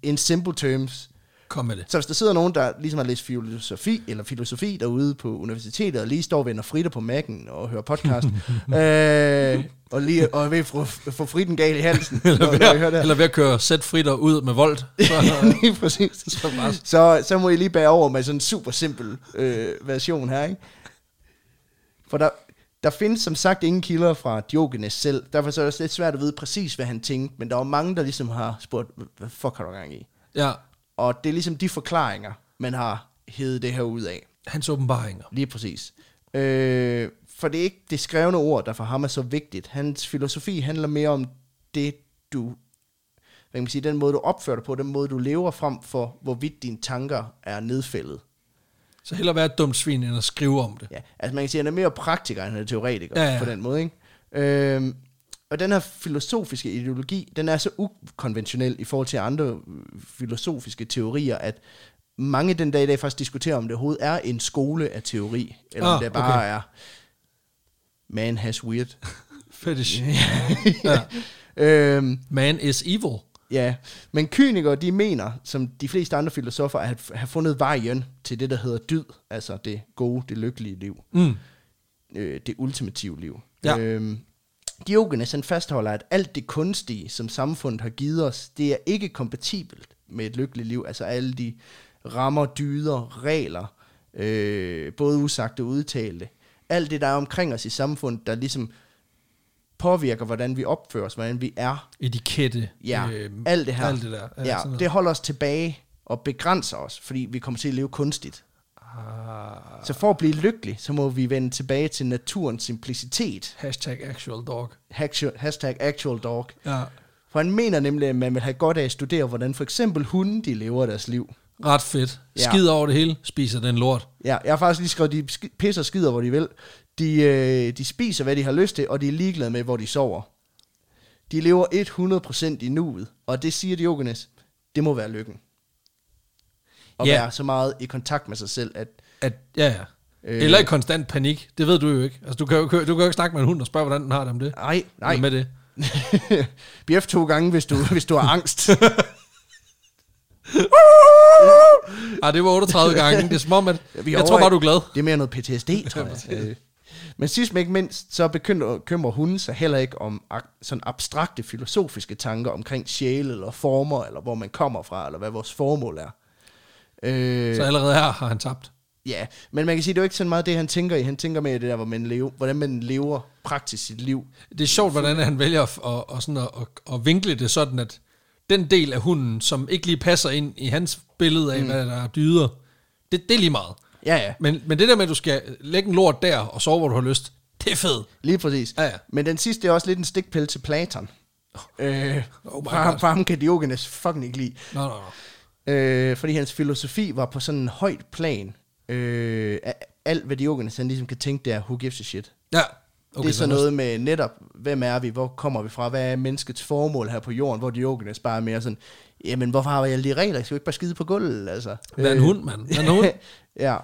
[SPEAKER 2] in simple terms.
[SPEAKER 1] Kom med det.
[SPEAKER 2] Så hvis der sidder nogen, der ligesom har læst filosofi, eller filosofi derude på universitetet, og lige står og vender fritter på Mac'en og hører
[SPEAKER 1] [laughs]
[SPEAKER 2] podcast, øh, og lige og er ved at få, få fritten gal i halsen, når,
[SPEAKER 1] Eller
[SPEAKER 2] når jeg hører
[SPEAKER 1] ved,
[SPEAKER 2] det.
[SPEAKER 1] at,
[SPEAKER 2] her.
[SPEAKER 1] eller ved at køre sæt fritter ud med volt. Så, [laughs]
[SPEAKER 2] [laughs] lige præcis.
[SPEAKER 1] så bare,
[SPEAKER 2] Så, så må I lige bære over med sådan en super simpel øh, version her, ikke? For der, der findes som sagt ingen kilder fra Diogenes selv. Derfor så er det også lidt svært at vide præcis, hvad han tænkte. Men der er jo mange, der ligesom har spurgt, "Hvad- hvad fuck har du gang i?
[SPEAKER 1] ja,
[SPEAKER 2] Og det er ligesom de forklaringer, man har hævet det her ud af.
[SPEAKER 1] hans åbenbaringer.
[SPEAKER 2] Lige præcis. Øh, for det er ikke det skrevne ord, der for ham er så vigtigt. Hans filosofi handler mere om det, du... Hvad kan man sige, den måde, du opfører dig på, den måde, du lever frem for, hvorvidt dine tanker er nedfældet.
[SPEAKER 1] Så hellere være et dumt svin, end at skrive om det.
[SPEAKER 2] Ja, altså man kan sige, at han er mere praktiker, end han er teoretiker, ja,
[SPEAKER 1] Ja,
[SPEAKER 2] ja.
[SPEAKER 1] ja.
[SPEAKER 2] på den måde, ikke? Øhm, og den her filosofiske ideologi, den er så ukonventionel i forhold til andre øh, filosofiske teorier, at mange den dag i dag faktisk diskuterer, om det overhovedet er en skole af teori, eller ah, om
[SPEAKER 1] Ah,
[SPEAKER 2] det bare okay. er man has weird.
[SPEAKER 1] Fetish.
[SPEAKER 2] [laughs] ja. [laughs] øhm,
[SPEAKER 1] Man is evil.
[SPEAKER 2] ja, men kynikere, de mener, som de fleste andre filosofer, at have fundet vejen til det, der hedder dyd, altså det gode, det lykkelige liv
[SPEAKER 1] Mm.
[SPEAKER 2] øh, det ultimative liv.
[SPEAKER 1] Ja.
[SPEAKER 2] Øhm, Diogenes han fastholder, at alt det kunstige, som samfundet har givet os, det er ikke kompatibelt med et lykkeligt liv. Altså alle de rammer, dyder, regler, øh, både usagte og udtalte. Alt det, der er omkring os i samfundet, der ligesom påvirker, hvordan vi opfører os, hvordan vi er.
[SPEAKER 1] Etikette. Øh,
[SPEAKER 2] Ja, alt det her.
[SPEAKER 1] Øhm, Alt det der.
[SPEAKER 2] Ja,
[SPEAKER 1] sådan noget.
[SPEAKER 2] det holder os tilbage og begrænser os, fordi vi kommer til at leve kunstigt.
[SPEAKER 1] Ah,
[SPEAKER 2] Så for at blive lykkelig, så må vi vende tilbage til naturens simplicitet.
[SPEAKER 1] hashtag actual dog.
[SPEAKER 2] Actu- hashtag actual dog.
[SPEAKER 1] Ja.
[SPEAKER 2] For han mener nemlig, at man vil have godt af at studere, hvordan for eksempel hunde, de lever deres liv.
[SPEAKER 1] Ret fedt.
[SPEAKER 2] Ja.
[SPEAKER 1] Skid over det hele. Spiser den lort.
[SPEAKER 2] Ja, jeg har faktisk lige skrevet, de sk- pisser og skider, hvor de vil. De, øh, de spiser, hvad de har lyst til, og de er ligeglade med, hvor de sover. De lever 100% i nuet, og det siger Diogenes, det må være lykken. At
[SPEAKER 1] Ja.
[SPEAKER 2] være så meget i kontakt med sig selv, at
[SPEAKER 1] At, ja, ja.
[SPEAKER 2] Øh.
[SPEAKER 1] Øh. Eller i konstant panik. Det ved du jo ikke. Altså, du kan jo, ikke- du kan jo ikke snakke med en hund og spørge, hvordan den har det om det.
[SPEAKER 2] nej, nej, [laughs]
[SPEAKER 1] Eller Med det.
[SPEAKER 2] Bjef to gange, hvis du, hvis du har angst.
[SPEAKER 1] Ah, det var 38
[SPEAKER 2] [laughs]
[SPEAKER 1] gange. Det er som om, at...
[SPEAKER 2] Ja,
[SPEAKER 1] Jeg
[SPEAKER 2] vi er
[SPEAKER 1] tror
[SPEAKER 2] over i-
[SPEAKER 1] bare, du er glad.
[SPEAKER 2] Det er mere noget
[SPEAKER 1] [laughs]
[SPEAKER 2] PTSD, tror jeg. Øh. Men sidst men ikke mindst, så bekymrer hun sig heller ikke om ak- sådan abstrakte filosofiske tanker omkring sjæle eller former, eller hvor man kommer fra, eller hvad vores formål er.
[SPEAKER 1] Så
[SPEAKER 2] Øh,
[SPEAKER 1] allerede her har han tabt.
[SPEAKER 2] ja, men man kan sige, det er jo ikke sådan meget det, han tænker i. Han tænker mere i det der, hvor man lever, hvordan man lever praktisk sit liv.
[SPEAKER 1] Det er sjovt, hvordan han vælger at, at, at, sådan at, at, at vinkle det sådan, at den del af hunden, som ikke lige passer ind i hans billede af, mm. hvad der er dyder, det, det er lige meget.
[SPEAKER 2] Ja, ja.
[SPEAKER 1] Men, men det der med, at du skal lægge en lort der og sove, hvor du har lyst, det er fedt.
[SPEAKER 2] Lige præcis.
[SPEAKER 1] Ja, ja.
[SPEAKER 2] Men den sidste er også lidt en stikpille til Platon. Øh,
[SPEAKER 1] Oh
[SPEAKER 2] oh
[SPEAKER 1] my
[SPEAKER 2] for,
[SPEAKER 1] God.
[SPEAKER 2] for ham kan Diogenes fucking ikke lide.
[SPEAKER 1] Nå, nå, nå.
[SPEAKER 2] Øh, fordi hans filosofi var på sådan en højt plan. Øh, af alt hvad Diogenes han ligesom kan tænke, det er, who gives a shit.
[SPEAKER 1] Ja.
[SPEAKER 2] Okay, det er
[SPEAKER 1] så
[SPEAKER 2] sådan
[SPEAKER 1] han
[SPEAKER 2] noget med netop, hvem er vi, hvor kommer vi fra, hvad er menneskets formål her på jorden, hvor Diogenes bare er mere sådan, jamen hvorfor har jeg alle de regler, jeg skal jo ikke bare skide på gulvet, altså.
[SPEAKER 1] også- Hvad er en hund, mand? Hvad er en hund?
[SPEAKER 2] [laughs] ja.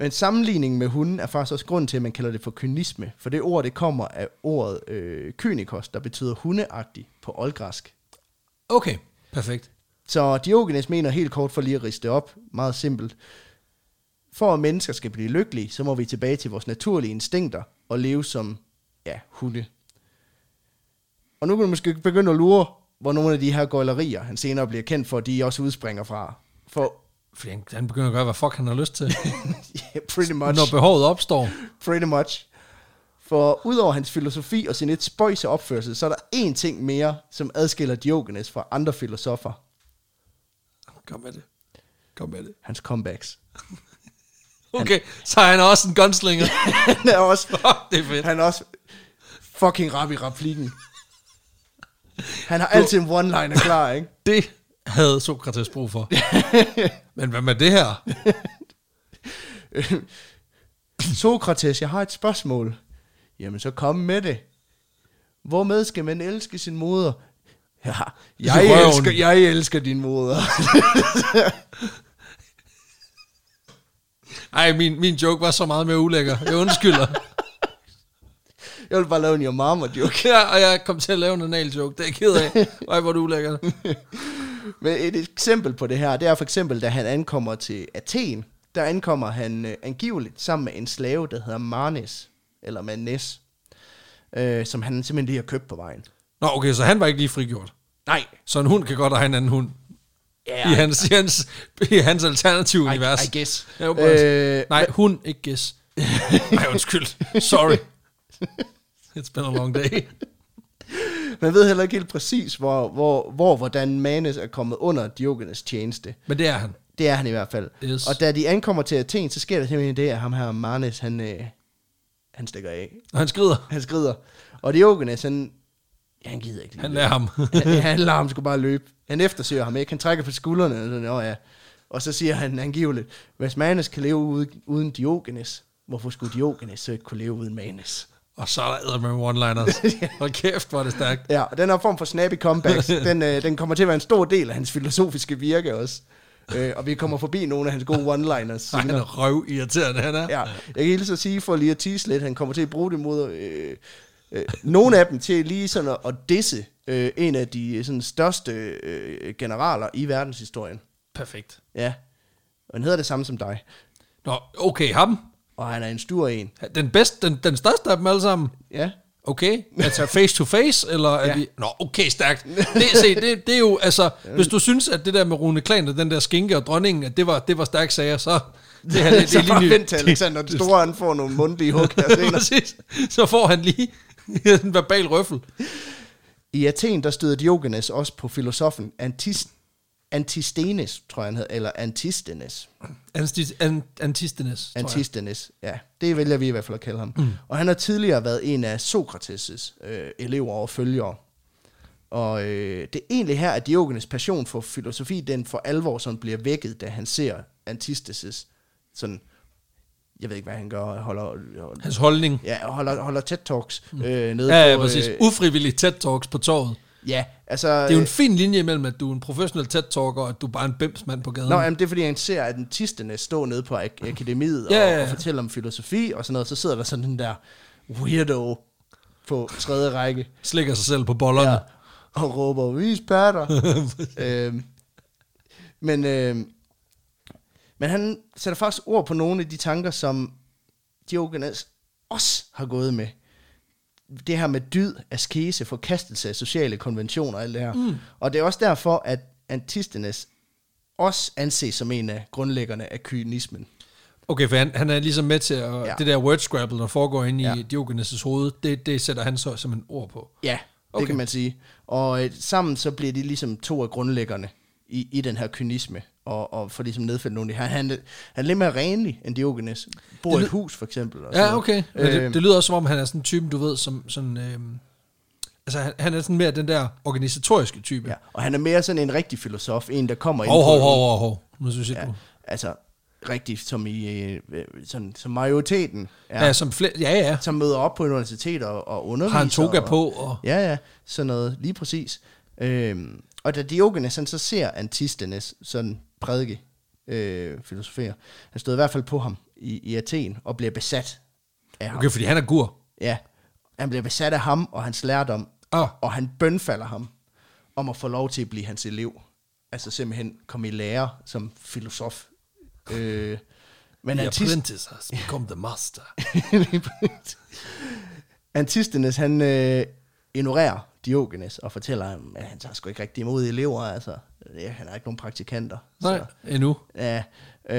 [SPEAKER 2] Men sammenligningen med hunden er faktisk også grund til, at man kalder det for kynisme, for det ord, det kommer af ordet øh, kynikos, der betyder hundeagtig på oldgræsk.
[SPEAKER 1] Okay, perfekt.
[SPEAKER 2] Så Diogenes mener helt kort for lige at riste det op, meget simpelt. For at mennesker skal blive lykkelige, så må vi tilbage til vores naturlige instinkter og leve som, ja, hunde. Og nu kan du måske begynde at lure, hvor nogle af de her gøjlerier, han senere bliver kendt for, de også udspringer fra. For, [laughs]
[SPEAKER 1] Fordi han, han begynder at gøre, hvad fuck han har lyst til.
[SPEAKER 2] yeah, pretty much.
[SPEAKER 1] når behovet opstår.
[SPEAKER 2] Pretty much. For udover hans filosofi og sin lidt spøjse opførsel, så er der én ting mere, som adskiller Diogenes fra andre filosofer.
[SPEAKER 1] Kom med det. Kom med det.
[SPEAKER 2] Hans comebacks. [laughs]
[SPEAKER 1] Okay, så er han også en gunslinger. [laughs]
[SPEAKER 2] Han er også,
[SPEAKER 1] Fuck, det er fedt.
[SPEAKER 2] han er også fucking rap i replikken. Han har altid en one-liner klar, ikke?
[SPEAKER 1] Det havde Sokrates brug
[SPEAKER 2] [laughs]
[SPEAKER 1] for. Men hvad med det her?
[SPEAKER 2] Sokrates, jeg har et spørgsmål. Jamen, så kom med det. Hvormed skal man elske sin moder? Ja, jeg,
[SPEAKER 1] røven.
[SPEAKER 2] elsker, jeg elsker din moder. [laughs]
[SPEAKER 1] Ej, min, min joke var så meget mere ulækker. Jeg undskylder.
[SPEAKER 2] Jeg vil bare lave en your mama joke.
[SPEAKER 1] Ja, og jeg kom til at lave en anal joke. Det er jeg ked af. Ej, hvor er du ulækker.
[SPEAKER 2] Men et eksempel på det her, det er for eksempel, da han ankommer til Athen, der ankommer han øh, angiveligt sammen med en slave, der hedder Marnes, eller Manes, øh, som han simpelthen lige har købt på vejen.
[SPEAKER 1] Nå, okay, så han var ikke lige frigjort.
[SPEAKER 2] Nej,
[SPEAKER 1] Så en hund kan godt have en anden hund.
[SPEAKER 2] Ja.
[SPEAKER 1] I hans, i hans, i hans alternative
[SPEAKER 2] I,
[SPEAKER 1] univers.
[SPEAKER 2] I guess.
[SPEAKER 1] Jeg håber også.
[SPEAKER 2] Øh,
[SPEAKER 1] Nej, hun, ikke gæs. Nej, undskyld. Sorry. It's been a long day.
[SPEAKER 2] Man ved heller ikke helt præcis, hvor, hvor, hvor hvordan Manes er kommet under Diogenes tjeneste.
[SPEAKER 1] Men det er han.
[SPEAKER 2] Det er han i hvert fald.
[SPEAKER 1] Yes.
[SPEAKER 2] Og da de ankommer til Athen, så sker der simpelthen det, at ham her Marnes, han, øh, han stikker af.
[SPEAKER 1] Og han skrider.
[SPEAKER 2] Han skrider. Og Diogenes, han, ja, han gider ikke lige
[SPEAKER 1] Han lærer ham.
[SPEAKER 2] han, han lader ham sgu bare løbe. Han eftersøger ham ikke. Han trækker på skuldrene. Og, sådan, "Nå ja. og så siger han angiveligt, hvis Manus kan leve ude- uden Diogenes, hvorfor skulle Diogenes så ikke kunne leve uden Manus?
[SPEAKER 1] Og så er der med
[SPEAKER 2] [laughs]
[SPEAKER 1] one-liners. Hold kæft, hvor er det stærkt.
[SPEAKER 2] Ja, og den her form for snappy
[SPEAKER 1] [laughs]
[SPEAKER 2] comebacks, den, øh, den kommer til at være en stor del af hans filosofiske virke også. Øh, og vi kommer forbi nogle af hans gode one-liners
[SPEAKER 1] Ej, han
[SPEAKER 2] senere.
[SPEAKER 1] er røv irriterende, han er.
[SPEAKER 2] Ja, jeg kan hilse at sige, for lige at tease lidt, han kommer til at bruge det mod øh, øh, nogle af dem til lige sådan at, at disse øh, en af de sådan, største øh, generaler i verdenshistorien.
[SPEAKER 1] Perfekt.
[SPEAKER 2] Ja. Og han hedder det samme som dig.
[SPEAKER 1] Nå, okay, ham.
[SPEAKER 2] Og han er en stor en.
[SPEAKER 1] Den bedste, den, den største af dem alle sammen.
[SPEAKER 2] Ja.
[SPEAKER 1] Okay, altså face to face, eller er ja.
[SPEAKER 2] Ja.
[SPEAKER 1] vi... Nå, okay, stærkt. Det, se, det, det er jo, altså, hvis du synes, at det der med Rune Klan og den der skinke og dronningen, at det var, det var stærke sager,
[SPEAKER 2] [laughs]
[SPEAKER 1] så... Det, her, det, det
[SPEAKER 2] så
[SPEAKER 1] er
[SPEAKER 2] bare
[SPEAKER 1] lige
[SPEAKER 2] vent
[SPEAKER 1] nyt.
[SPEAKER 2] til Alexander den Store, han får nogle mundtlige hug
[SPEAKER 1] [laughs]
[SPEAKER 2] her senere.
[SPEAKER 1] Præcis. Så får han lige [laughs] en verbal røffel.
[SPEAKER 2] I Athen, der støder Diogenes også på filosofen Antis, Antistenes, tror jeg han hed, eller Antistenes.
[SPEAKER 1] Antis, an, antistenes, tror jeg.
[SPEAKER 2] Antistenes, ja. Det vælger vi i hvert fald at kalde ham. Mm. Og han har tidligere været en af Sokrates' øh, elever og følgere. Og øh, det er egentlig her, at Diogenes passion for filosofi, den for alvor sådan bliver vækket, da han ser Antistenes sådan, jeg ved ikke, hvad han gør, holder,
[SPEAKER 1] Hans holdning.
[SPEAKER 2] ja, holder, holder TED Talks øh, nede
[SPEAKER 1] Mm. Ja, ja,
[SPEAKER 2] på...
[SPEAKER 1] præcis.
[SPEAKER 2] Øh,
[SPEAKER 1] Ufrivillig TED Talks på torvet.
[SPEAKER 2] ja, altså...
[SPEAKER 1] Det er jo en fin linje imellem, at du er en professionel TED Talker, og at du er bare en bimsmand på gaden.
[SPEAKER 2] Nå, jamen, det er fordi, han ser, at den tisterne står nede på ak- akademiet og,
[SPEAKER 1] Ja, ja, ja.
[SPEAKER 2] og fortæller om filosofi og sådan noget. Så sidder der sådan den der weirdo på tredje række
[SPEAKER 1] Slikker sig selv på bollerne.
[SPEAKER 2] ja, og råber, vi er [laughs] eksperter. øhm, men, øhm, men han sætter faktisk ord på nogle af de tanker, som Diogenes også har gået med. Det her med dyd, askese, forkastelse af sociale konventioner og alt det her. Mm. Og det er også derfor, at Antistenes også anses som en af grundlæggerne af kynismen.
[SPEAKER 1] Okay, for han, han er ligesom med til at, ja.
[SPEAKER 2] Ja.
[SPEAKER 1] det der word scrabble, der foregår inde ja. i
[SPEAKER 2] Ja.
[SPEAKER 1] Diogenes' hoved, det, det sætter han så som en ord på.
[SPEAKER 2] Ja, okay.
[SPEAKER 1] Okay.
[SPEAKER 2] det kan man sige. Og øh, sammen så bliver de ligesom to af grundlæggerne i, i den her kynisme, og, og får ligesom nedfældet nogle af de her. Han, han, han er lidt mere renlig end Diogenes. Bor i et hus, for eksempel. Og sådan
[SPEAKER 1] Ja,
[SPEAKER 2] noget.
[SPEAKER 1] okay. Men øh,
[SPEAKER 2] Øh,
[SPEAKER 1] det, det lyder også som om, han er sådan en type, du ved, som sådan... Øh, altså, han, han er sådan mere den der organisatoriske type.
[SPEAKER 2] Ja, og han er mere sådan en rigtig filosof, en der kommer
[SPEAKER 1] Hov, hov,
[SPEAKER 2] på-
[SPEAKER 1] hov, hov, hov. Nu synes jeg, ja.
[SPEAKER 2] Ja,
[SPEAKER 1] du...
[SPEAKER 2] altså rigtigt som i øh, øh, sådan, som majoriteten er,
[SPEAKER 1] Ja,
[SPEAKER 2] ja.
[SPEAKER 1] ja som flere... Ja, ja.
[SPEAKER 2] som møder op på et universitet og, og underviser.
[SPEAKER 1] Har en toga
[SPEAKER 2] og,
[SPEAKER 1] på, og...
[SPEAKER 2] Ja, ja, sådan noget, lige præcis. Øhm, og da Diogenes han så ser Antisthenes sådan prædike, øh, filosofere, han stod i hvert fald på ham i, i Athen og bliver besat af ham. Okay.
[SPEAKER 1] Okay, fordi han er gur.
[SPEAKER 2] Ja, han bliver besat af ham og hans lærdom,
[SPEAKER 1] Ah.
[SPEAKER 2] og han bønfalder ham om at få lov til at blive hans elev. Altså simpelthen komme i lære som filosof. Øh, men
[SPEAKER 1] The
[SPEAKER 2] Antis-
[SPEAKER 1] apprentice has become the master.
[SPEAKER 2] Lige præcis. Antisthenes, han øh, ignorerer Diogenes og fortæller ham, at han tager sgu ikke rigtig imod elever, altså. Ja, han har ikke nogen praktikanter.
[SPEAKER 1] Nej, endnu.
[SPEAKER 2] Ja, øh,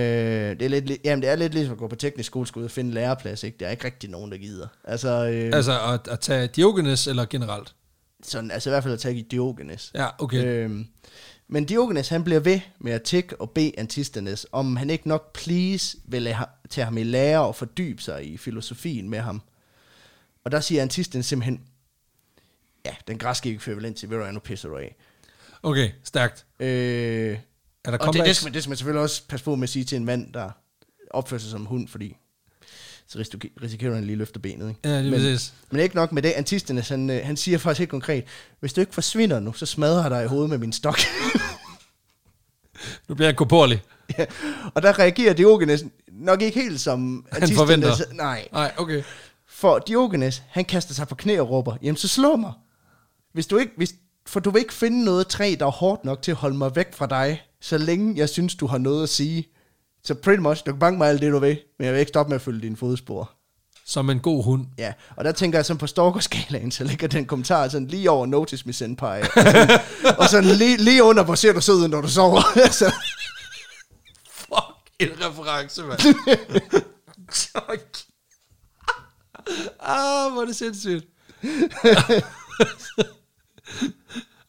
[SPEAKER 2] det, er lidt, li- jamen, det er lidt ligesom at gå på teknisk skole, skulle ud og finde en læreplads, ikke? Der er ikke rigtig nogen, der gider. Altså, øh,
[SPEAKER 1] Altså, at, at tage Diogenes eller generelt?
[SPEAKER 2] sådan, altså i hvert fald at tage Diogenes.
[SPEAKER 1] Ja, okay.
[SPEAKER 2] Øhm, men Diogenes, han bliver ved med at tække og bede Antisthenes, om han ikke nok please vil lade, ha- tage ham i lære og fordybe sig i filosofien med ham. Og der siger Antisthenes simpelthen, ja, den græske ekvivalent til, ved du hvad, nu pisser du af.
[SPEAKER 1] Okay, stærkt.
[SPEAKER 2] Øh,
[SPEAKER 1] Er der
[SPEAKER 2] og det, det,
[SPEAKER 1] comebacks?
[SPEAKER 2] skal man, det skal man selvfølgelig også passe på med at sige til en mand, der opfører sig som en hund, fordi så risikerer- risikerer han lige at løfte benet. Ikke?
[SPEAKER 1] Ja, lige
[SPEAKER 2] men,
[SPEAKER 1] præcis.
[SPEAKER 2] men ikke nok med det. Antisthenes, han, øh, han siger faktisk helt konkret, hvis du ikke forsvinder nu, så smadrer jeg dig i hovedet med min stok. [laughs]
[SPEAKER 1] Nu bliver han korporlig.
[SPEAKER 2] Ja. [laughs] Og der reagerer Diogenes nok ikke helt som artisten,
[SPEAKER 1] forventer.
[SPEAKER 2] der siger- Nej.
[SPEAKER 1] Nej, okay.
[SPEAKER 2] For Diogenes, han kaster sig på knæ og råber, jamen så slå mig. Hvis du ikke, hvis, for du vil ikke finde noget træ, der er hårdt nok til at holde mig væk fra dig, så længe jeg synes, du har noget at sige. Så pretty much, du kan banke mig alt det, du vil, men jeg vil ikke stoppe med at følge dine fodspor.
[SPEAKER 1] Som en god hund.
[SPEAKER 2] Ja, og der tænker jeg sådan på stalkerskalaen, så ligger den kommentar sådan lige over Notice Me Senpai. Og sådan, og sådan lige, lige under, hvor ser du sød ud, når du sover. [laughs] altså,
[SPEAKER 1] Fuck, en reference, mand. Fuck. ah, hvor er det sindssygt.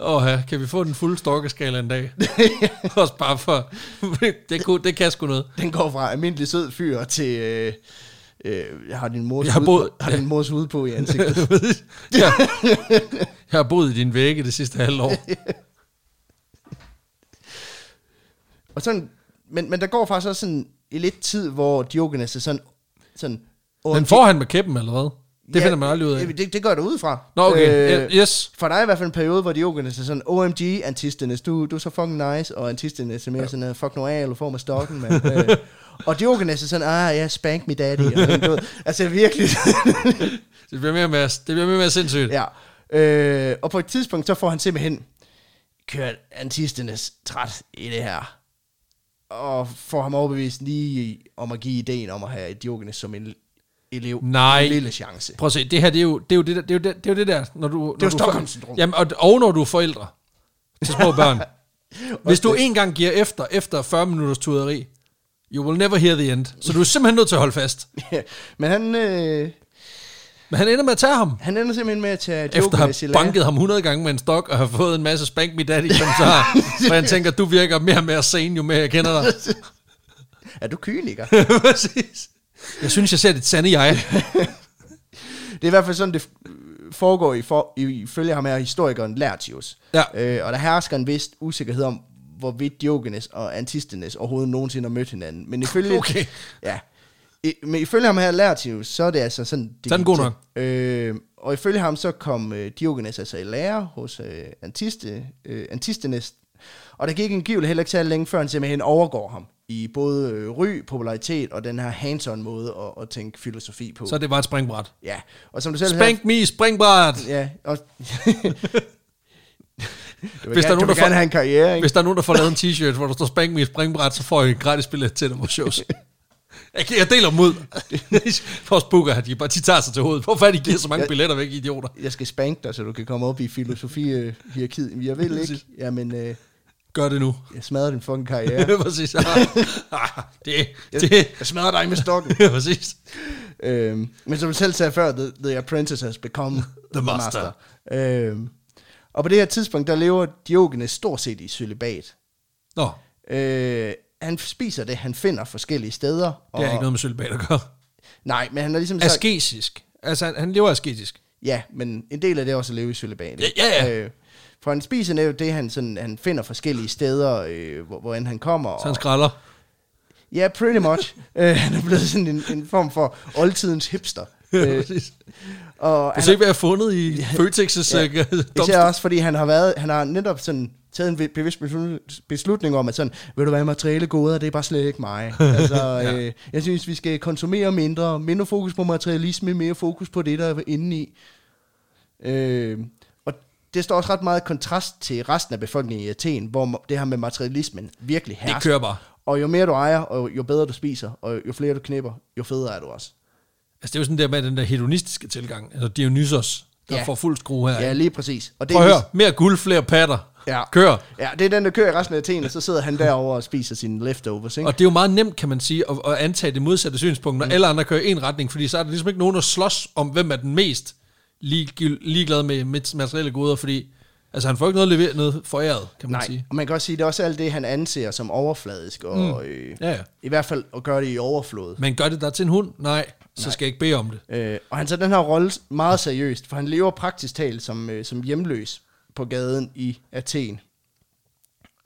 [SPEAKER 1] [laughs] Åh, ja, kan vi få den fulde storkeskala en
[SPEAKER 2] [laughs]
[SPEAKER 1] dag? Også bare for... [laughs] det, kunne, det kan sgu noget.
[SPEAKER 2] Den går fra almindelig sød fyr til... Øh, øh, jeg har din mors,
[SPEAKER 1] Jeg har
[SPEAKER 2] hud,
[SPEAKER 1] boet-
[SPEAKER 2] har din mors hud på i
[SPEAKER 1] [laughs]
[SPEAKER 2] ansigtet.
[SPEAKER 1] jeg, jeg har boet i din vægge det sidste halve år.
[SPEAKER 2] og sådan, men, men der går faktisk også sådan i lidt tid, hvor Diogenes er sådan... sådan
[SPEAKER 1] Men får han med kæppen, eller hvad? Det finder man aldrig ud af.
[SPEAKER 2] Det, Øh, det, det gør det ud fra.
[SPEAKER 1] Nå, okay. Yes.
[SPEAKER 2] For der er i hvert fald en periode, hvor Diogenes er sådan, OMG, Antisthenes, du, du er så fucking nice, og Antisthenes er mere sådan, øh, fuck nu af, eller får mig stokken, mand. øh.
[SPEAKER 1] [laughs]
[SPEAKER 2] Og Diogenes er sådan, ah, ja, spank me daddy. Og sådan, du ved, altså virkelig,
[SPEAKER 1] Det bliver mere og mere, det bliver mere, og mere [laughs] sindssygt.
[SPEAKER 2] Ja. Øh, og på et tidspunkt, så får han simpelthen kørt Antisthenes træt i det her. Og får ham overbevist lige i- om at give ideen om at have Diogenes som en elev.
[SPEAKER 1] Nej.
[SPEAKER 2] En lille chance. [laughs]
[SPEAKER 1] Prøv at se, det her, det er jo det, er jo det, der, det, er jo det, det, er jo det der, når du... når
[SPEAKER 2] jo
[SPEAKER 1] du
[SPEAKER 2] Stockholm-syndrom.
[SPEAKER 1] Jamen, og, og når du er forældre til
[SPEAKER 2] [laughs]
[SPEAKER 1] små børn. Hvis du engang giver efter, efter 40 minutters tuderi, you will never hear the end. Så du er simpelthen nødt til at holde fast.
[SPEAKER 2] Men han, øh,
[SPEAKER 1] Men han ender med at tage ham,
[SPEAKER 2] han ender simpelthen med at tage
[SPEAKER 1] efter at
[SPEAKER 2] Diogenes i
[SPEAKER 1] have
[SPEAKER 2] lære.
[SPEAKER 1] banket ham 100 gange med en stok, og have fået en masse spank me daddy
[SPEAKER 2] [laughs]
[SPEAKER 1] kommentarer. For han tænker, du virker mere og mere sen, jo mere jeg kender dig.
[SPEAKER 2] Er du kyniker?
[SPEAKER 1] Præcis. Jeg synes, jeg ser dit sande
[SPEAKER 2] [laughs]
[SPEAKER 1] jeg.
[SPEAKER 2] Det er i hvert fald sådan, det øh, foregår i, for, i følge ham her historikeren Lertius.
[SPEAKER 1] Ja.
[SPEAKER 2] Øh, og der hersker en vis usikkerhed om, hvorvidt Diogenes og Antisthenes overhovedet nogensinde har mødt hinanden. Men ifølge,
[SPEAKER 1] Okay.
[SPEAKER 2] ja, i, men ifølge ham her Lertius, så er det altså sådan... Det
[SPEAKER 1] Så er den god
[SPEAKER 2] gik
[SPEAKER 1] nok.
[SPEAKER 2] til. Øh, og ifølge ham, så kom øh, Diogenes altså i lære hos øh, Antiste, øh, Antisthenes. Og der gik en givel heller ikke særlig længe, før han simpelthen overgår ham i både øh, ry, popularitet og den her hands-on måde at, at tænke filosofi på.
[SPEAKER 1] Så det var et springbræt.
[SPEAKER 2] Ja, og som du selv
[SPEAKER 1] Spank me, springbræt.
[SPEAKER 2] Ja,
[SPEAKER 1] [laughs]
[SPEAKER 2] og... du vil
[SPEAKER 1] Hvis
[SPEAKER 2] Hvis
[SPEAKER 1] der er
[SPEAKER 2] gerne,
[SPEAKER 1] nogen,
[SPEAKER 2] du
[SPEAKER 1] der
[SPEAKER 2] vil
[SPEAKER 1] får-
[SPEAKER 2] gerne have en karriere, ikke?
[SPEAKER 1] Hvis der er nogen, der får lavet en t-shirt, hvor der står Spank Me et Springbræt, så får jeg en gratis billet til dem på
[SPEAKER 2] [laughs]
[SPEAKER 1] shows. Jeg, jeg deler dem ud. Vores booker, de, bare- de tager sig til hovedet. Hvorfor er de giver så mange billetter væk, idioter?
[SPEAKER 2] Jeg skal spanke dig, så du kan komme op i filosofi-hierarkiet. Jeg vil ikke. Jamen, øh,
[SPEAKER 1] Gør det nu.
[SPEAKER 2] Jeg smadrer din fucking
[SPEAKER 1] Ja.
[SPEAKER 2] karriere.
[SPEAKER 1] [laughs] præcis. Ah, ah, det,
[SPEAKER 2] Jeg,
[SPEAKER 1] det.
[SPEAKER 2] jeg smadrer dig med stokken.
[SPEAKER 1] [laughs] præcis.
[SPEAKER 2] øhm, men som jeg selv sagde før, the, the apprentice has become the, the master.
[SPEAKER 1] master.
[SPEAKER 2] master. Øhm, og på det her tidspunkt, der lever Diogenes stort set i celibat.
[SPEAKER 1] Nå,
[SPEAKER 2] Øh, han spiser det, han finder forskellige steder.
[SPEAKER 1] det har ikke noget med sølvbad at gøre.
[SPEAKER 2] Nej, men han har ligesom sagt...
[SPEAKER 1] Asketisk. Altså, han, han lever asketisk.
[SPEAKER 2] Ja, men en del af det er også at leve i celibat. ikke?
[SPEAKER 1] Ja, ja, ja.
[SPEAKER 2] Øh, for han spiser netop det, han, sådan, han finder forskellige steder, øh, hvor, hvor end han kommer.
[SPEAKER 1] Så
[SPEAKER 2] og-
[SPEAKER 1] han skralder.
[SPEAKER 2] Ja, pretty much. [laughs] øh, han er blevet sådan en, en form for oldtidens hipster.
[SPEAKER 1] [laughs]
[SPEAKER 2] Øh,
[SPEAKER 1] Præcis.
[SPEAKER 2] og
[SPEAKER 1] Du
[SPEAKER 2] han
[SPEAKER 1] se, hvad jeg har fundet i øh, Føtex's
[SPEAKER 2] Ja.
[SPEAKER 1] ja.
[SPEAKER 2] Især også, fordi han har, været, han har netop sådan taget en bevidst beslutning om, at sådan, ved du hvad, materielle goder, det er bare slet ikke
[SPEAKER 1] [laughs]
[SPEAKER 2] mig. Altså, ja.
[SPEAKER 1] Ja.
[SPEAKER 2] øh, jeg synes, vi skal konsumere mindre, mindre fokus på materialisme, mere fokus på det, der er inde i. Øh, og det står også ret meget i kontrast til resten af befolkningen i Athen, hvor ma- det her med materialismen virkelig hersker.
[SPEAKER 1] Det kører bare.
[SPEAKER 2] Og jo mere du ejer, og jo bedre du spiser, og jo flere du knipper, jo federe er du også.
[SPEAKER 1] Altså, det er jo sådan der med den der hedonistiske tilgang. Altså, Dionysos, der
[SPEAKER 2] Ja.
[SPEAKER 1] ja. får fuld skrue her.
[SPEAKER 2] Ja,
[SPEAKER 1] Ja,
[SPEAKER 2] lige præcis. Og det er
[SPEAKER 1] Prøv at
[SPEAKER 2] vis-
[SPEAKER 1] høre. Mere guld, flere patter.
[SPEAKER 2] Ja.
[SPEAKER 1] Kør.
[SPEAKER 2] Ja, det er den, der kører i resten af Athen, og så sidder han derovre og spiser sine leftovers, ikke?
[SPEAKER 1] Og det er jo meget nemt, kan man sige, at, at antage det modsatte synspunkt, når mm. alle andre kører i en retning, fordi så er der ligesom ikke nogen, der slås om, hvem er den mest ligegyld- ligeglad med mit- materielle goder, fordi altså, han får ikke noget leveret noget foræret, kan man
[SPEAKER 2] Nej,
[SPEAKER 1] sige.
[SPEAKER 2] og man kan også sige, det er også alt det, han anser som overfladisk, og mm. øh,
[SPEAKER 1] Ja, ja.
[SPEAKER 2] i hvert fald at gøre det i overflod.
[SPEAKER 1] Men gør det der til en hund? Nej, så skal jeg ikke bede om det.
[SPEAKER 2] Øh, og han tager den her rolle meget seriøst, for han lever praktisk talt som, øh, som hjemløs på gaden i Athen.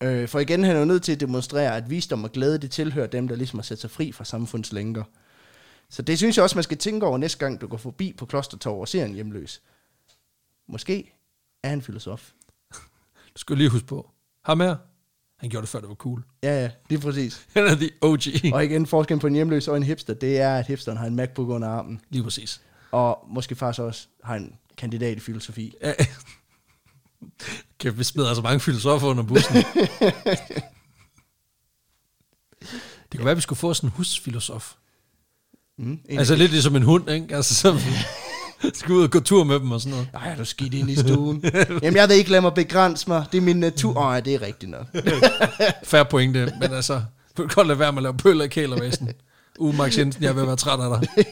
[SPEAKER 2] Øh, for igen, han er jo nødt til at demonstrere, at visdom og glæde, det tilhører dem, der ligesom har sat sig fri fra samfundslænker. Så det synes jeg også, man skal tænke over næste gang, du går forbi på Klostertorv og ser en hjemløs. Måske er han filosof.
[SPEAKER 1] Det skal jeg lige huske på. Ham her, han gjorde det før, det var cool.
[SPEAKER 2] Ja, ja, lige præcis.
[SPEAKER 1] Han er the OG. [laughs]
[SPEAKER 2] Og igen, forskellen på en hjemløs og en hipster, det er, at hipsteren har en MacBook under armen,
[SPEAKER 1] Lige præcis.
[SPEAKER 2] og måske faktisk også har en kandidat i filosofi.
[SPEAKER 1] Ja. Kæft, vi smider altså mange filosofer under bussen. det kunne være, at vi skulle få sådan en husfilosof.
[SPEAKER 2] Mm, en-
[SPEAKER 1] Altså lidt ligesom en hund, ikke? Altså så skal ud og gå tur med dem og sådan noget.
[SPEAKER 2] Ej, er du skidt ind i stuen? [laughs] Jamen, jeg vil ikke lade mig begrænse mig. Det er min natur. Ej, det er rigtigt nok.
[SPEAKER 1] Færre pointe, men altså, du kan godt lade være med at lave pøller i kælervæsen. Uh, Max Jensen, jeg vil være træt af dig.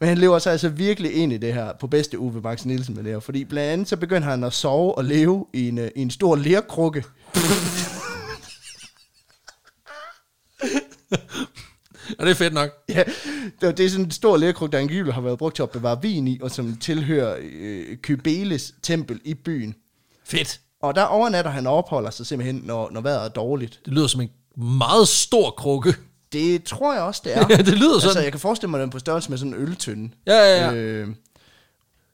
[SPEAKER 2] Men han lever sig altså virkelig ind i det her, på bedste Uwe Max Nielsen med det her. Fordi blandt andet, så begynder han at sove og leve i en, øh, i en stor lerkrukke. [laughs]
[SPEAKER 1] Og det er fedt nok.
[SPEAKER 2] Ja, det det er sådan en stor lerkrukke, der angiveligt har været brugt til at bevare vin i, og som tilhører øh, Kybeles tempel i byen.
[SPEAKER 1] Fedt.
[SPEAKER 2] Og der overnatter han og opholder sig simpelthen, når, når vejret er dårligt.
[SPEAKER 1] Det lyder som en meget stor krukke.
[SPEAKER 2] Det tror jeg
[SPEAKER 1] [laughs]
[SPEAKER 2] også, det er.
[SPEAKER 1] Ja, det lyder
[SPEAKER 2] Altså,
[SPEAKER 1] sådan.
[SPEAKER 2] jeg kan forestille mig den er på størrelse med sådan en øltønde.
[SPEAKER 1] Ja, ja, ja.
[SPEAKER 2] Øh,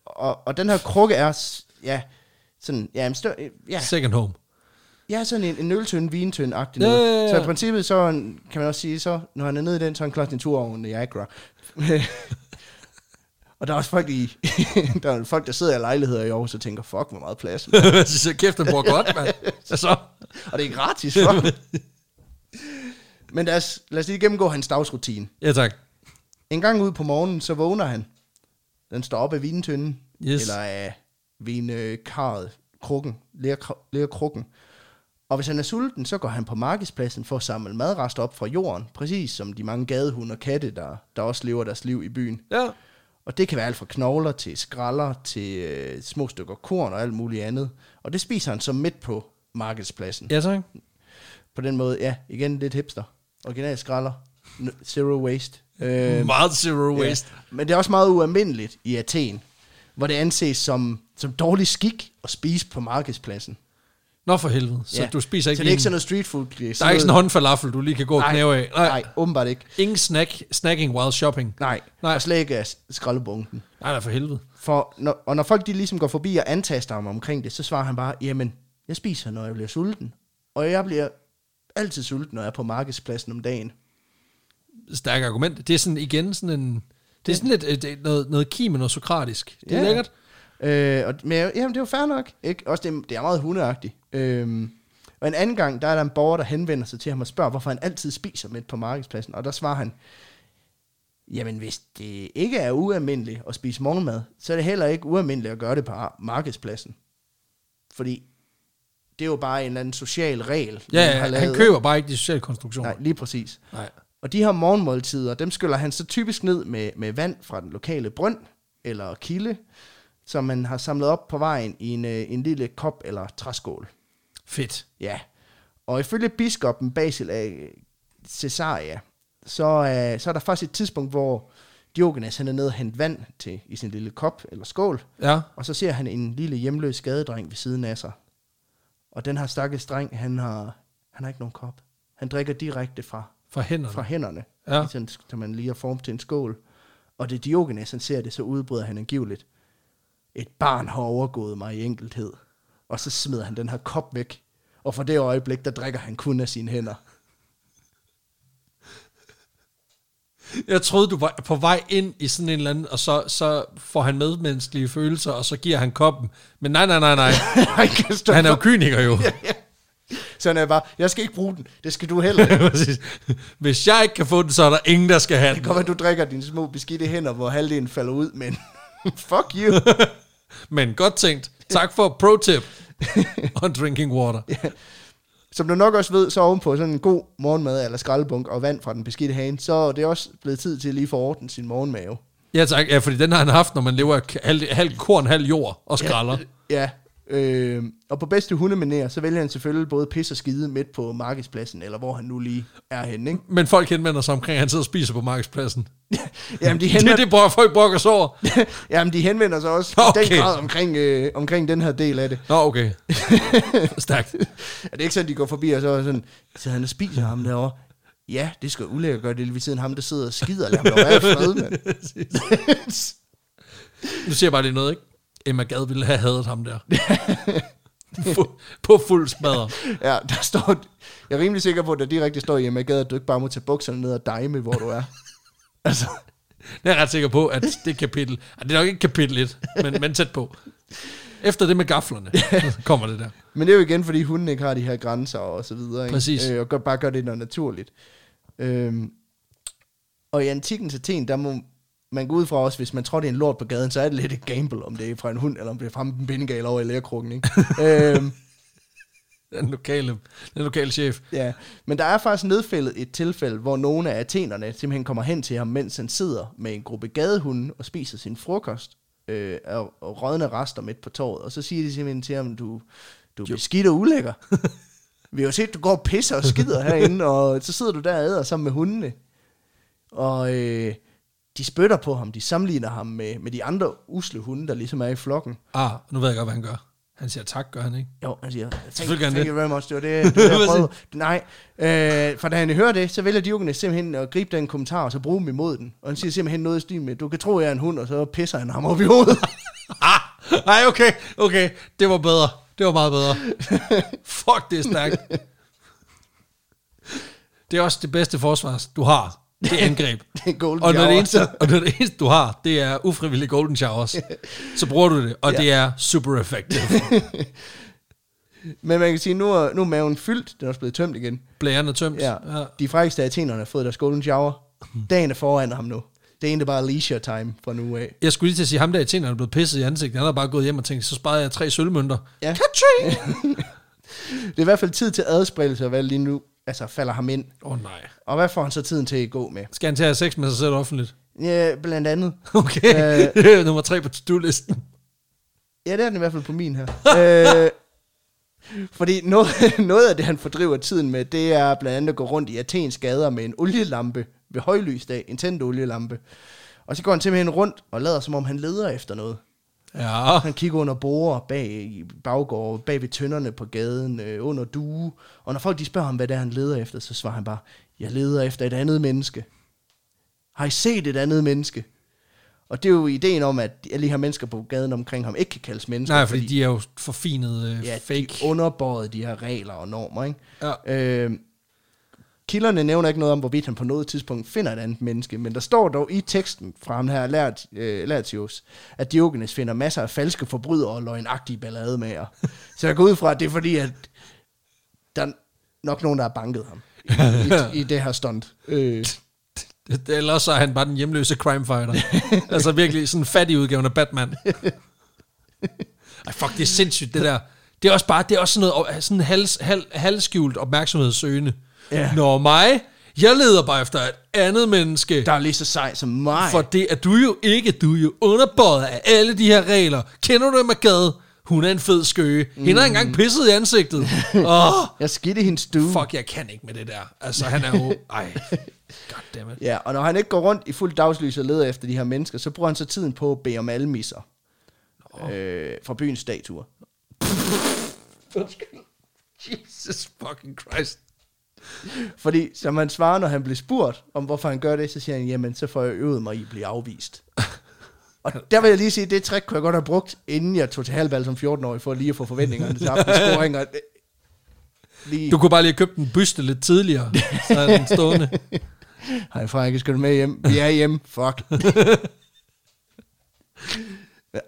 [SPEAKER 2] og, og den her krukke er, s- ja, sådan, ja, en stør, ja,
[SPEAKER 1] Second home. [laughs]
[SPEAKER 2] ja, sådan en, en øltønde, vintønde-agtig
[SPEAKER 1] Ja,
[SPEAKER 2] noget.
[SPEAKER 1] ja, ja.
[SPEAKER 2] Så i princippet, så er han- kan man også sige, så, når han er nede i den, så er han klart en tur over Niagara. [laughs] og der er også folk i, [laughs] der er folk, der sidder i lejligheder i Aarhus og tænker, fuck, hvor meget plads.
[SPEAKER 1] så kæft, den bor godt,
[SPEAKER 2] [laughs]
[SPEAKER 1] mand. Altså,
[SPEAKER 2] og det er gratis, for. Men lad os, lad os lige gennemgå hans dagsrutine.
[SPEAKER 1] ja tak.
[SPEAKER 2] En gang ud på morgenen, så vågner han. Den står op af vintønden.
[SPEAKER 1] Yes.
[SPEAKER 2] Eller af vinkarret, krukken, lerkr- lerkrukken. Og hvis han er sulten, så går han på markedspladsen for at samle madrester op fra jorden. Præcis som de mange gadehunde og katte, der, der også lever deres liv i byen.
[SPEAKER 1] Ja.
[SPEAKER 2] Og det kan være alt fra knogler til skralder til øh, små stykker korn og alt muligt andet. Og det spiser han så midt på markedspladsen.
[SPEAKER 1] Ja tak.
[SPEAKER 2] På den måde, ja, igen lidt hipster. Original skralder. N- zero waste. Øh,
[SPEAKER 1] Meget zero waste.
[SPEAKER 2] Ja. Men det er også meget ualmindeligt i Athen, hvor det anses som, som dårlig skik at spise på markedspladsen.
[SPEAKER 1] Nå for helvede. Så
[SPEAKER 2] Ja.
[SPEAKER 1] du spiser ikke
[SPEAKER 2] Så det er ikke
[SPEAKER 1] din-
[SPEAKER 2] sådan noget street food. Der er
[SPEAKER 1] Der er ikke sådan en håndfalafel, du lige kan gå og knæve af.
[SPEAKER 2] Nej,
[SPEAKER 1] Nej.
[SPEAKER 2] nej, åbenbart ikke.
[SPEAKER 1] Ingen snack, snacking while shopping.
[SPEAKER 2] Nej, nej.
[SPEAKER 1] Nej.
[SPEAKER 2] og slet ikke af skraldebunken.
[SPEAKER 1] Nej, nej, for helvede.
[SPEAKER 2] For når, og når folk de ligesom går forbi og antaster ham omkring det, så svarer han bare, jamen, jeg spiser, når jeg bliver sulten. Og jeg bliver altid sulten, når jeg er på markedspladsen om dagen.
[SPEAKER 1] Stærk argument. Det er sådan igen sådan en... Det er sådan lidt øh, det er noget, noget kim og noget sokratisk. Det er
[SPEAKER 2] Ja.
[SPEAKER 1] lækkert.
[SPEAKER 2] Øh, og, men jeg- jamen, det er jo fair nok. Ikke? Også det, det er meget hundeagtigt. Øhm, og en anden gang, der er der en borger, der henvender sig til ham og spørger, hvorfor han altid spiser midt på markedspladsen. Og der svarer han, jamen hvis det ikke er ualmindeligt at spise morgenmad, så er det heller ikke ualmindeligt at gøre det på markedspladsen. Fordi det er jo bare en eller anden social regel,
[SPEAKER 1] Ja,
[SPEAKER 2] man har
[SPEAKER 1] ja han
[SPEAKER 2] lavet.
[SPEAKER 1] køber bare ikke de sociale konstruktioner.
[SPEAKER 2] Nej, lige præcis.
[SPEAKER 1] Nej.
[SPEAKER 2] Og de her morgenmåltider, dem skyller han så typisk ned med, med vand fra den lokale brønd eller kilde, som man har samlet op på vejen i en, øh, en lille kop eller træskål.
[SPEAKER 1] Fedt.
[SPEAKER 2] Ja, og ifølge biskoppen Basil af Caesarea, så, øh, så er der faktisk et tidspunkt, hvor Diogenes han er nede og hente vand til, i sin lille kop eller skål,
[SPEAKER 1] Ja.
[SPEAKER 2] og så ser han en lille hjemløs skadedreng ved siden af sig. Og den her stakkels dreng, han har, han har ikke nogen kop. Han drikker direkte fra,
[SPEAKER 1] Fra hænderne.
[SPEAKER 2] fra hænderne,
[SPEAKER 1] Ja.
[SPEAKER 2] ja. sådan, som man lige har formet til en skål. Og det Diogenes, han ser det, så udbryder han angiveligt. Et barn har overgået mig i enkelthed. Og så smider han den her kop væk. Og fra det øjeblik, der drikker han kun af sine hænder. [laughs]
[SPEAKER 1] Jeg troede, du var på vej ind i sådan en eller anden, og så, så får han medmenneskelige følelser, og så giver han koppen. Men nej, nej,
[SPEAKER 2] [laughs]
[SPEAKER 1] nej, nej.
[SPEAKER 2] han kan stå
[SPEAKER 1] Han er jo
[SPEAKER 2] [laughs] for-
[SPEAKER 1] kyniker jo.
[SPEAKER 2] Så han er bare, jeg skal ikke bruge den. Det skal du heller
[SPEAKER 1] [laughs]
[SPEAKER 2] ikke.
[SPEAKER 1] Præcis. Hvis jeg ikke kan få den, så er der ingen, der skal have den.
[SPEAKER 2] Kom, at du drikker dine små beskidte hænder, hvor halvdelen falder ud, men [laughs] fuck you.
[SPEAKER 1] Men godt tænkt. Tak for
[SPEAKER 2] [laughs]
[SPEAKER 1] pro-tip on drinking water.
[SPEAKER 2] Som du nok også ved, så ovenpå sådan en god morgenmad eller skraldebunk og vand fra den beskidte hane, så er det også blevet tid til lige for orden sin morgenmave.
[SPEAKER 1] Ja tak, ja, fordi den har han haft, når man lever af k- halv, halv korn, halv jord og skralder.
[SPEAKER 2] Ja, øh, og på bedste hundemanér, så vælger han selvfølgelig både pis og skide midt på markedspladsen, eller hvor han nu lige er henne, ikke? [laughs]
[SPEAKER 1] Men folk henvender sig omkring, at han sidder og spiser på markedspladsen.
[SPEAKER 2] Jamen, de
[SPEAKER 1] Det er
[SPEAKER 2] henvender,
[SPEAKER 1] det, bro- folk brokker sig over.
[SPEAKER 2] [laughs] jamen, de henvender sig også okay. i
[SPEAKER 1] Okay.
[SPEAKER 2] den grad omkring, øh, omkring den her del af det. [laughs]
[SPEAKER 1] Nå, okay. Stærkt.
[SPEAKER 2] Er det ikke sådan, de går forbi, og så er sådan, så han og spiser ham derovre? Ja, det skal ulækkert gøre, det er ved siden af ham, der sidder og skider, lad ham dog være i
[SPEAKER 1] [laughs]
[SPEAKER 2] fred, mand.
[SPEAKER 1] Nu siger jeg bare lige noget, ikke? Emma Gad ville have hadet ham der. Fu- på fuld smadre.
[SPEAKER 2] Ja, der står... Jeg er rimelig sikker på, at der direkte står hjemme i gaden, at du ikke bare må tage bukserne ned og dejme, hvor du er. altså,
[SPEAKER 1] Det er jeg ret sikker på, at det kapitel... Ej, Det er nok ikke kapitel 1, men, men tæt på. Efter det med gaflerne, så kommer det der.
[SPEAKER 2] men det er jo igen, fordi hunden ikke har de her grænser og så videre. Ikke?
[SPEAKER 1] Præcis.
[SPEAKER 2] Øh, og gør, bare gør det noget naturligt. Øhm, og i antikken til Athen, der må man gå ud fra også, hvis man tror, det er en lort på gaden, så er det lidt et gamble, om det er fra en hund, eller om det er fra en bindegal over i lærkrukken. Ikke? øhm,
[SPEAKER 1] Den lokale, den lokale chef.
[SPEAKER 2] Ja, men der er faktisk nedfældet et tilfælde, hvor nogle af athenerne simpelthen kommer hen til ham, mens han sidder med en gruppe gadehunde og spiser sin frokost øh, og, og rådne rester midt på torvet. Og så siger de simpelthen til ham, du, du er beskidt og ulækker. Vi har jo set, du går og pisser og skider herinde, og så sidder du der og æder sammen med hundene. Og øh, de spytter på ham, de sammenligner ham med, med de andre usle hunde, der ligesom er i flokken.
[SPEAKER 1] Ah, nu ved jeg godt, hvad han gør. Han siger tak, gør han ikke?
[SPEAKER 2] Jo, han siger, thank,
[SPEAKER 1] Selvfølgelig gør han
[SPEAKER 2] thank
[SPEAKER 1] det.
[SPEAKER 2] you very much, det var
[SPEAKER 1] [laughs]
[SPEAKER 2] det, det var det jeg
[SPEAKER 1] Hvad
[SPEAKER 2] prøvede. Nej, øh, for da han hører det, så vælger Diogenes simpelthen at gribe den kommentar, og så bruge dem imod den. Og han siger simpelthen noget i stil med, du kan tro, jeg er en hund, og så pisser han ham op i hovedet. [laughs]
[SPEAKER 1] Ah, nej, okay, okay. Det var bedre. Det var meget bedre. Fuck, det er stærkt. Det er også det bedste forsvar, du har. Det er angreb.
[SPEAKER 2] Det er golden
[SPEAKER 1] og når det,
[SPEAKER 2] shower.
[SPEAKER 1] eneste, og når det eneste, du har, det er ufrivillige golden showers, så bruger du det, og ja. det er super effective.
[SPEAKER 2] Men man kan sige, nu er, nu er maven fyldt, den er også blevet tømt igen.
[SPEAKER 1] Blæren er tømt.
[SPEAKER 2] Ja. ja. De frækste af athenerne har fået deres golden shower. Dagen er foran ham nu. Det er egentlig bare leisure time fra nu af.
[SPEAKER 1] Jeg skulle lige til at sige, ham der i tænderne er blevet pisset i ansigtet. Han har bare gået hjem og tænkt, så sparede jeg tre sølvmønter.
[SPEAKER 2] Ja.
[SPEAKER 1] Katrin!
[SPEAKER 2] Det er i hvert fald tid til adspredelse, og hvad lige nu altså, falder ham ind.
[SPEAKER 1] Åh oh, nej.
[SPEAKER 2] Og hvad får han så tiden til at gå med?
[SPEAKER 1] Skal han til at have sex med sig selv offentligt? [laughs]
[SPEAKER 2] Ja, blandt andet.
[SPEAKER 1] Okay,
[SPEAKER 2] Øh.
[SPEAKER 1] det er [laughs] nummer tre på to-do-listen.
[SPEAKER 2] Ja, det er den i hvert fald på min her. [laughs] øh, fordi noget, [laughs] noget af det, han fordriver tiden med, det er blandt andet at gå rundt i Athens gader med en olielampe ved højlysdag, en tændt olielampe. Og så går han simpelthen rundt og lader, som om han leder efter noget.
[SPEAKER 1] Ja.
[SPEAKER 2] Han kigger under borer, bag i baggård, bag ved tønderne på gaden, øh, under due. Og når folk de spørger ham, hvad det er, han leder efter, så svarer han bare, jeg leder efter et andet menneske. Har I set et andet menneske? Og det er jo ideen om, at alle de her mennesker på gaden omkring ham ikke kan kaldes mennesker.
[SPEAKER 1] Nej, fordi, fordi de er jo forfinede øh,
[SPEAKER 2] ja,
[SPEAKER 1] ja,
[SPEAKER 2] fake.
[SPEAKER 1] fake.
[SPEAKER 2] de underbøjede de her regler og normer. Ikke?
[SPEAKER 1] Ja.
[SPEAKER 2] Øh, kilderne nævner ikke noget om, hvorvidt han på noget tidspunkt finder et andet menneske, men der står dog i teksten fra ham her Lert, øh, Lertius, at Diogenes finder masser af falske forbrydere og løgnagtige ballademager. Så jeg går ud fra, at det er fordi, at der er nok nogen, der har banket ham i, i, i det her stunt. Øh,
[SPEAKER 1] Det- Ellers så er han bare den hjemløse crime
[SPEAKER 2] [laughs]
[SPEAKER 1] fighter. altså virkelig sådan en fattig udgave af Batman. Ej, fuck, det er sindssygt, det der. Det er også bare, det er også sådan noget øh, sådan hals, hal, halvskjult opmærksomhedssøgende.
[SPEAKER 2] Ja.
[SPEAKER 1] Når mig, jeg leder bare efter et andet menneske.
[SPEAKER 2] Der er lige så sej som mig.
[SPEAKER 1] For det er du jo ikke. Du er jo underbøjet af alle de her regler. Kender du Magad? Hun er en fed skøge. Mm. Hende har engang pisset i
[SPEAKER 2] [laughs]
[SPEAKER 1] ansigtet. Åh, oh,
[SPEAKER 2] Jeg skidte i hendes stue.
[SPEAKER 1] fuck, jeg kan ikke med det der. Altså, han er jo... Ej, goddammit.
[SPEAKER 2] Ja, og når han ikke går rundt i fuld dagslys og leder efter de her mennesker, så bruger han så tiden på at bede om almisser øh, fra byens statuer.
[SPEAKER 1] Undskyld. Jesus fucking Christ.
[SPEAKER 2] Fordi som han svarer, når han bliver spurgt om, hvorfor han gør det, så siger han, jamen så får jeg øvet mig i at blive
[SPEAKER 1] [laughs]
[SPEAKER 2] afvist. Og der vil jeg lige sige, at det trick kunne jeg godt have brugt, inden jeg tog til halvbal som 14-årig, for lige at få forventningerne til
[SPEAKER 1] [laughs]
[SPEAKER 2] aftenscoringer. Lige,
[SPEAKER 1] Du kunne bare lige have købt en byste lidt tidligere, så er den
[SPEAKER 2] [laughs]
[SPEAKER 1] stående.
[SPEAKER 2] hej Frank, skal du med hjem? Vi er hjemme,
[SPEAKER 1] [laughs]
[SPEAKER 2] fuck.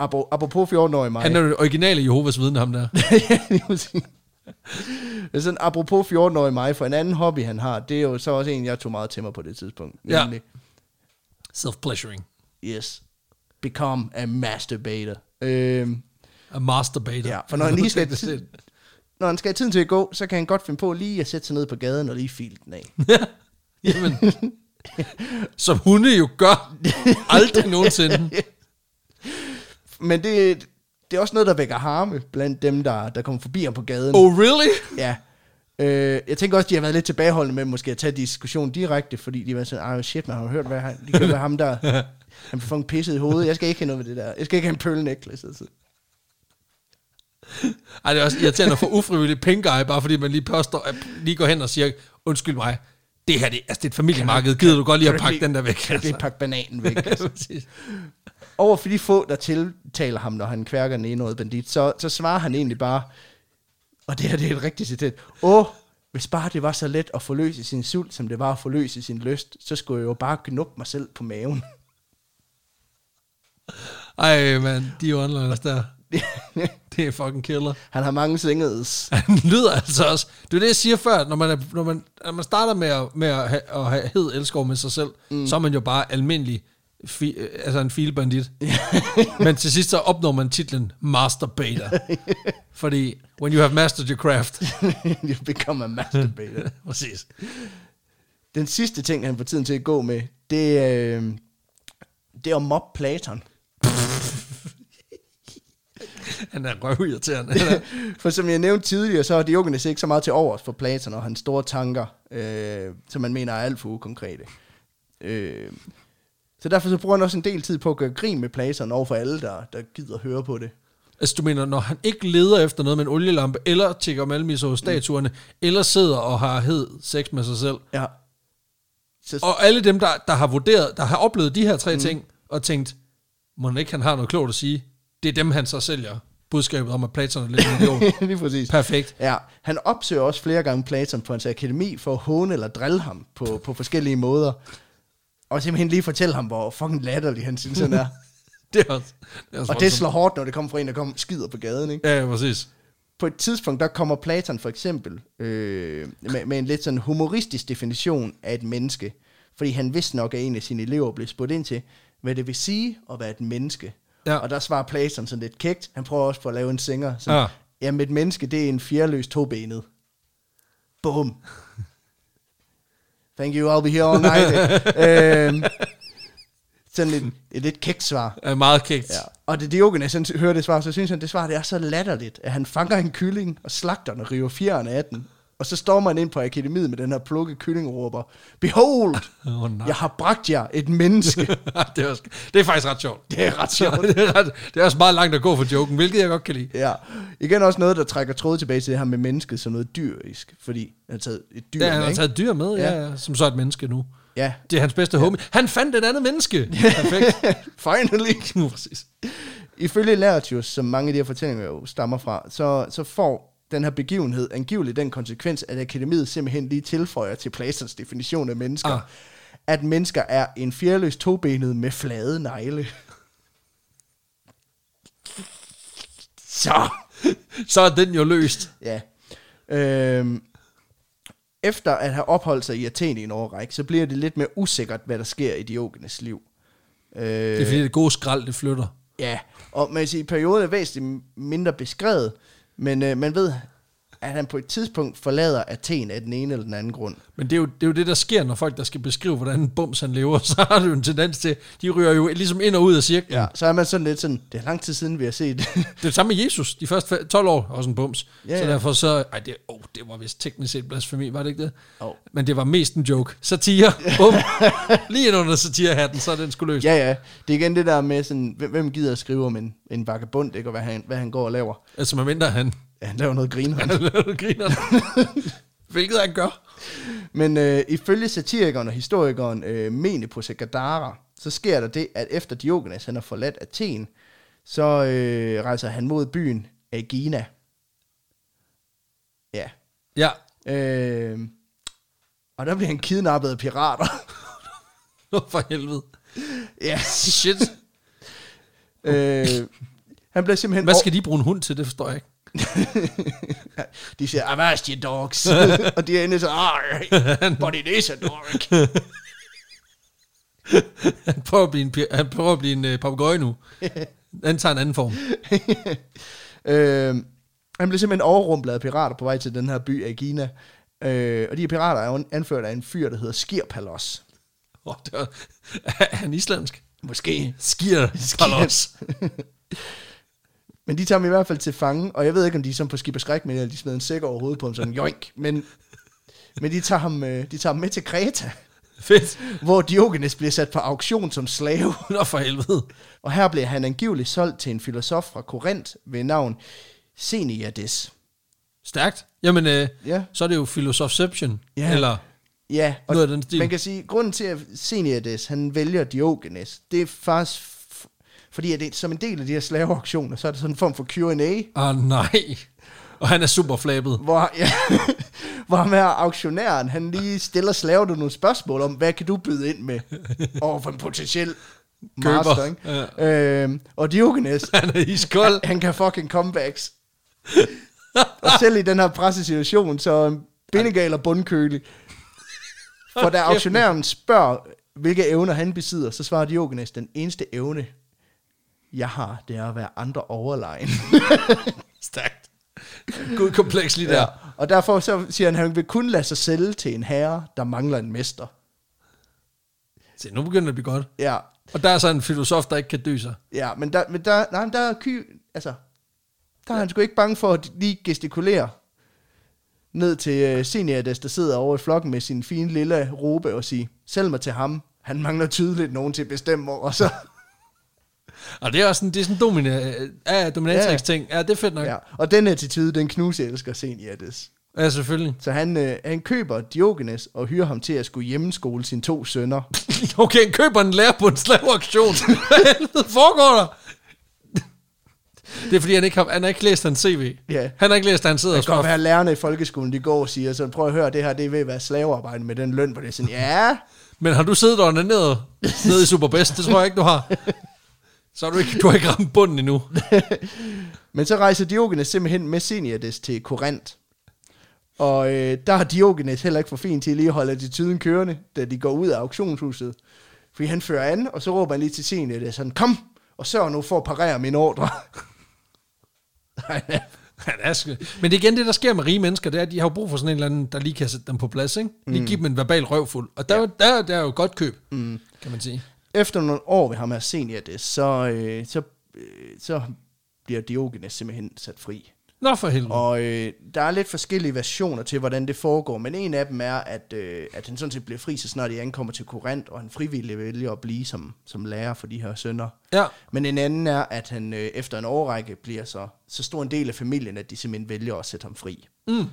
[SPEAKER 2] Apro- Apropos 14-årig mig.
[SPEAKER 1] Han er jo det originale Jehovas vidne, ham der.
[SPEAKER 2] ja, [laughs] lige præcis. Men sådan, apropos 14-årig mig, for en anden hobby, han har, det er jo så også en, jeg tog meget til mig på det tidspunkt.
[SPEAKER 1] Ja.
[SPEAKER 2] Nemlig,
[SPEAKER 1] Self-pleasuring.
[SPEAKER 2] yes, become a masturbator. Øhm,
[SPEAKER 1] A masturbator.
[SPEAKER 2] ja, for når han lige
[SPEAKER 1] [laughs]
[SPEAKER 2] skal,
[SPEAKER 1] Det er det.
[SPEAKER 2] når han skal have tiden til at gå, så kan han godt finde på lige at sætte sig ned på gaden og lige file den af.
[SPEAKER 1] Ja. [laughs] Jamen. Som hunde jo gør aldrig
[SPEAKER 2] [laughs]
[SPEAKER 1] nogensinde.
[SPEAKER 2] Men det, det er også noget, der vækker harme blandt dem, der, der kommer forbi ham på gaden.
[SPEAKER 1] Oh really?
[SPEAKER 2] Ja. Øh, jeg tænker også, de har været lidt tilbageholdende med måske at tage diskussionen direkte, fordi de var sådan, ah shit, man har jo hørt, hvad han, de kan være ham der, han får fucking pisset i hovedet, jeg skal ikke have noget med det der, jeg skal ikke have en pøl necklace. Altså.
[SPEAKER 1] Ej, det er også irriterende at få ufrivillig pink eye, bare fordi man lige, påstår, at lige går hen og siger, undskyld mig, det her det, altså, det er et familiemarked, gider du godt lige
[SPEAKER 2] Kan
[SPEAKER 1] at
[SPEAKER 2] du
[SPEAKER 1] pakke
[SPEAKER 2] ikke
[SPEAKER 1] den der væk?
[SPEAKER 2] Det er
[SPEAKER 1] Altså.
[SPEAKER 2] pakke bananen væk.
[SPEAKER 1] [laughs]
[SPEAKER 2] Altså.
[SPEAKER 1] Præcis.
[SPEAKER 2] Over for de få, der tiltaler ham, når han kværker den ene bandit, så, så svarer han egentlig bare, og det her det er et rigtigt citat, åh, hvis bare det var så let at forløse sin sult, som det var at forløse sin lyst, så skulle jeg jo bare knuppe mig selv på maven.
[SPEAKER 1] Ej, mand, de er jo online der. Det er fucking killer.
[SPEAKER 2] han har mange singedes. [laughs]
[SPEAKER 1] Han lyder altså også... Det er det, jeg siger før, at når man, er, når man, når man starter med at, med at, have, at have hed elskov med sig selv, mm. så er man jo bare almindelig, fi, øh, altså en filbandit. Men til sidst så opnår man titlen Masterbaiter. Fordi, when you have mastered your craft. [laughs]
[SPEAKER 2] you become a masturbator.
[SPEAKER 1] Præcis.
[SPEAKER 2] Den sidste ting, han får tiden til at gå med, det, er, øh, det er at mobbe Platon. [laughs]
[SPEAKER 1] Han er røvirriterende. Han er,
[SPEAKER 2] For som jeg nævnte tidligere, så har Diogenes ikke så meget til overs for Platon og hans store tanker, øh, som man mener er alt for ukonkrete. Øh, så derfor så bruger han også en del tid på at gøre grin med Platon over for alle, der, der gider høre på det.
[SPEAKER 1] altså, du mener, når han ikke leder efter noget med en olielampe, eller tigger malmisser hos statuerne, mm. eller sidder og har hed sex med sig selv,
[SPEAKER 2] Ja. Så,
[SPEAKER 1] Og alle dem, der, der har vurderet, der har oplevet de her tre mm. ting, og tænkt, må ikke han har noget klogt at sige, det er dem, han så sælger budskabet om, at Platon er lidt en
[SPEAKER 2] [laughs]
[SPEAKER 1] idiot.
[SPEAKER 2] lige præcis.
[SPEAKER 1] Perfekt.
[SPEAKER 2] Ja, han opsøger også flere gange Platon på hans akademi for at håne eller drille ham på, på forskellige måder. Og simpelthen lige fortælle ham, hvor fucking latterlig han synes, han er.
[SPEAKER 1] Det er også, det er også
[SPEAKER 2] Og det
[SPEAKER 1] voldsomt.
[SPEAKER 2] slår hårdt, når det kommer fra en, der kommer skider på gaden. Ikke?
[SPEAKER 1] Ja, ja, præcis.
[SPEAKER 2] På et tidspunkt, der kommer Platon for eksempel øh, med, med en lidt sådan humoristisk definition af et menneske. Fordi han vidste nok, at en af sine elever blev spurgt ind til, hvad det vil sige at være et menneske.
[SPEAKER 1] Ja.
[SPEAKER 2] Og der svarer Platon sådan lidt kægt. Han prøver også på at lave en singer. Sådan,
[SPEAKER 1] Ja.
[SPEAKER 2] ja. Jamen et menneske, det er en fjerløs tobenet. Boom. Thank you, I'll be here
[SPEAKER 1] [laughs]
[SPEAKER 2] all night. øhm, sådan et, et lidt kægt svar.
[SPEAKER 1] Er meget kægt. Ja.
[SPEAKER 2] Ja. Og det Diogenes, han hører det svar, så synes han, det svar det er så latterligt, at han fanger en kylling og slagter den og river fjerne af den. Og så står man ind på akademiet med den her plukke kylling og råber, Behold,
[SPEAKER 1] Oh, nej.
[SPEAKER 2] jeg har bragt jer et menneske.
[SPEAKER 1] [laughs] det, er også, [laughs] det er faktisk ret sjovt.
[SPEAKER 2] Det er ret sjovt.
[SPEAKER 1] [laughs] det, er ret, det er også meget langt at gå for joken, hvilket jeg godt kan lide.
[SPEAKER 2] Ja, igen også noget, der trækker tråd tilbage til det her med mennesket som noget dyrisk, fordi han har taget et
[SPEAKER 1] Ja,
[SPEAKER 2] dyr
[SPEAKER 1] han
[SPEAKER 2] med,
[SPEAKER 1] har
[SPEAKER 2] ikke?
[SPEAKER 1] taget dyr med, ja.
[SPEAKER 2] Ja.
[SPEAKER 1] Ja, som så er et menneske nu.
[SPEAKER 2] Ja, [laughs]
[SPEAKER 1] Det er hans bedste homie. Han fandt et andet menneske. Perfekt. [laughs]
[SPEAKER 2] finally.
[SPEAKER 1] præcis.
[SPEAKER 2] Ifølge Laertius, som mange af de her fortællinger jo stammer fra, så, så får den her begivenhed angiveligt den konsekvens, at akademiet simpelthen lige tilføjer til Platons definition af mennesker,
[SPEAKER 1] Ah.
[SPEAKER 2] ah. at mennesker er en fjerløs tobenet med flade negle.
[SPEAKER 1] Så. så er den jo løst.
[SPEAKER 2] Ja. Øhm, efter at have opholdt sig i Athen i en årrække, så bliver det lidt mere usikkert, hvad der sker i Diogenes liv. Øh,
[SPEAKER 1] Det er fordi, det gode skrald, det flytter.
[SPEAKER 2] Ja, og man kan sige, perioden er væsentligt mindre beskrevet, Men øh, man ved, at han på et tidspunkt forlader Athen af den ene eller den anden grund.
[SPEAKER 1] Men det er, jo, det er jo det, der sker, når folk, der skal beskrive, hvordan en bums han lever, [laughs] så har det jo en tendens til, de ryger jo ligesom ind og ud af cirklen.
[SPEAKER 2] Ja. Så er man sådan lidt sådan, det er lang tid siden, vi har set. [laughs]
[SPEAKER 1] Det er det samme med Jesus. De første fa- 12 år, også en bums.
[SPEAKER 2] Ja,
[SPEAKER 1] Ja, så
[SPEAKER 2] ja.
[SPEAKER 1] derfor så... Ej, det, oh, det var vist teknisk set blasfemi, var det ikke det?
[SPEAKER 2] Jo.
[SPEAKER 1] Men det var mest en joke. Satire. Bum. Lige ind under satirehatten, så er den skulle løs. Ja.
[SPEAKER 2] ja, ja. Det er igen det der med sådan, hvem, hvem gider at skrive om en, en vagabond, ikke? Og hvad han, hvad han går og laver.
[SPEAKER 1] Altså, man mindre han
[SPEAKER 2] Ja, [laughs] han laver noget griner.
[SPEAKER 1] griner. [laughs] Hvilket han gør.
[SPEAKER 2] Men øh, ifølge satirikeren og historikeren øh, Mene på Gadara, så sker der det, at efter Diogenes han har forladt Athen, så øh, rejser han mod byen Agina. Ja.
[SPEAKER 1] Ja.
[SPEAKER 2] Øh, og der bliver han kidnappet af pirater.
[SPEAKER 1] Nå, for helvede.
[SPEAKER 2] ja.
[SPEAKER 1] Shit.
[SPEAKER 2] [laughs] Øh, han bliver simpelthen...
[SPEAKER 1] Hvad skal de bruge en hund til, det forstår jeg ikke.
[SPEAKER 2] [laughs] De siger, Avast your dogs. og de er inde så, "Arr, but it is a dog.
[SPEAKER 1] Han prøver at blive en, pi- han prøver at blive en øh, papegøje
[SPEAKER 2] [laughs]
[SPEAKER 1] nu. Han tager en anden form.
[SPEAKER 2] øh, han blev simpelthen overrumplet af pirater på vej til den her by Agina. Øh, og de her pirater er jo anført af en fyr, der hedder Skirpalos.
[SPEAKER 1] Oh, det var, er han islandsk?
[SPEAKER 2] Måske. [laughs]
[SPEAKER 1] Skier. Skier.
[SPEAKER 2] Men de tager ham i hvert fald til fange, og jeg ved ikke, om de er sådan på skib og skræk, men eller de smed en sæk over hovedet på ham, sådan joink. Men, men de, tager ham, øh, de tager ham med til Kreta,
[SPEAKER 1] Fedt.
[SPEAKER 2] hvor Diogenes bliver sat på auktion som slave.
[SPEAKER 1] Nå for helvede.
[SPEAKER 2] Og her blev han angiveligt solgt til en filosof fra Korinth ved navn Seniades.
[SPEAKER 1] Stærkt. Jamen, øh,
[SPEAKER 2] Ja.
[SPEAKER 1] så er det jo Philosopception.
[SPEAKER 2] Ja.
[SPEAKER 1] Eller,
[SPEAKER 2] Ja, og
[SPEAKER 1] Noget af den stil.
[SPEAKER 2] man kan sige, grunden til, at Seniades, han vælger Diogenes, det er faktisk, f- fordi at det, som en del af de her slaveauktioner, så er der sådan en form for Q&A,
[SPEAKER 1] ah nej. Og han er super flabet. [laughs]
[SPEAKER 2] hvor, ja, [laughs] hvor ham her auktionæren, han lige stiller slaver du nogle spørgsmål om, hvad kan du byde ind
[SPEAKER 1] [laughs]
[SPEAKER 2] med over for en potentiel
[SPEAKER 1] Køber.
[SPEAKER 2] master, ikke? Ja. Øhm, og Diogenes,
[SPEAKER 1] Han er iskold.
[SPEAKER 2] han kan fucking comebacks. og selv i den her pressesituation, så er Bindegal og bundkølig. For da auktionæren spørger, hvilke evner han besidder, så svarer Diogenes, den eneste evne, jeg har, det er at være andre overlegen.
[SPEAKER 1] Stærkt. Gud kompleks lige der. Ja.
[SPEAKER 2] og derfor så siger han, at han vil kun lade sig sælge til en herre, der mangler en mester.
[SPEAKER 1] Se, nu begynder det at blive godt.
[SPEAKER 2] Ja,
[SPEAKER 1] Og der er så en filosof, der ikke kan dø sig.
[SPEAKER 2] ja men der, men der, nej, men der er ky, altså, der er han sgu ikke bange for at lige gestikulere ned til uh, Seniades, der sidder over i flokken med sin fine lille robe og sige, sælg mig til ham, han mangler tydeligt nogen til at bestemme over sig.
[SPEAKER 1] Og det er også sådan, det er sådan domina, øh, ja, dominatrix ting. Ja, det er fedt nok. Ja,
[SPEAKER 2] ja. Og den attitude, den knuser elsker Seniades.
[SPEAKER 1] ja selvfølgelig.
[SPEAKER 2] Så han, øh, han køber Diogenes og hyrer ham til at skulle hjemmeskole sine to sønner.
[SPEAKER 1] [laughs] Okay, han køber en lærer på en slaveauktion. [laughs] Hvad helvede foregår der? Det er fordi, han ikke har, han har ikke læst hans CV.
[SPEAKER 2] Ja.
[SPEAKER 1] Han har ikke læst, at han sidder og
[SPEAKER 2] Det kan godt
[SPEAKER 1] spørger.
[SPEAKER 2] være, at lærerne i folkeskolen, de går og siger sådan, prøv at høre, det her, det er ved at være slavearbejde med den løn, hvor det er sådan, ja,
[SPEAKER 1] Men har du siddet og onaneret nede i Superbest? Det tror jeg ikke, du har. Så har du ikke, du har ikke ramt bunden endnu.
[SPEAKER 2] Men så rejser Diogenes simpelthen med Seniades til Korinth. Og øh, der har Diogenes heller ikke for fint til lige at holde attituden kørende, da de går ud af auktionshuset. Fordi han fører an, og så råber han lige til Seniades, sådan, kom, og sørg nu for at parere min ordre. [laughs] Han er-
[SPEAKER 1] Han er sk- Men det er igen det, der sker med rige mennesker, det er, at de har jo brug for sådan en eller anden, der lige kan sætte dem på plads, ikke? Lige give dem en verbal røvfuld. Og der, ja. der, der er jo godt køb, mm. kan man sige.
[SPEAKER 2] Efter nogle år ved ham her Seniades, så, øh, så, øh, så bliver Diogenes simpelthen sat fri.
[SPEAKER 1] Nå for helvede. Og,
[SPEAKER 2] Og øh, der er lidt forskellige versioner til, hvordan det foregår, men en af dem er, at, øh, at han sådan set bliver fri, så snart de ankommer til Korinth, og han frivilligt vælger at blive som, som lærer for de her sønner.
[SPEAKER 1] ja.
[SPEAKER 2] Men en anden er, at han øh, efter en årrække bliver så, så stor en del af familien, at de simpelthen vælger at sætte ham fri.
[SPEAKER 1] Mm.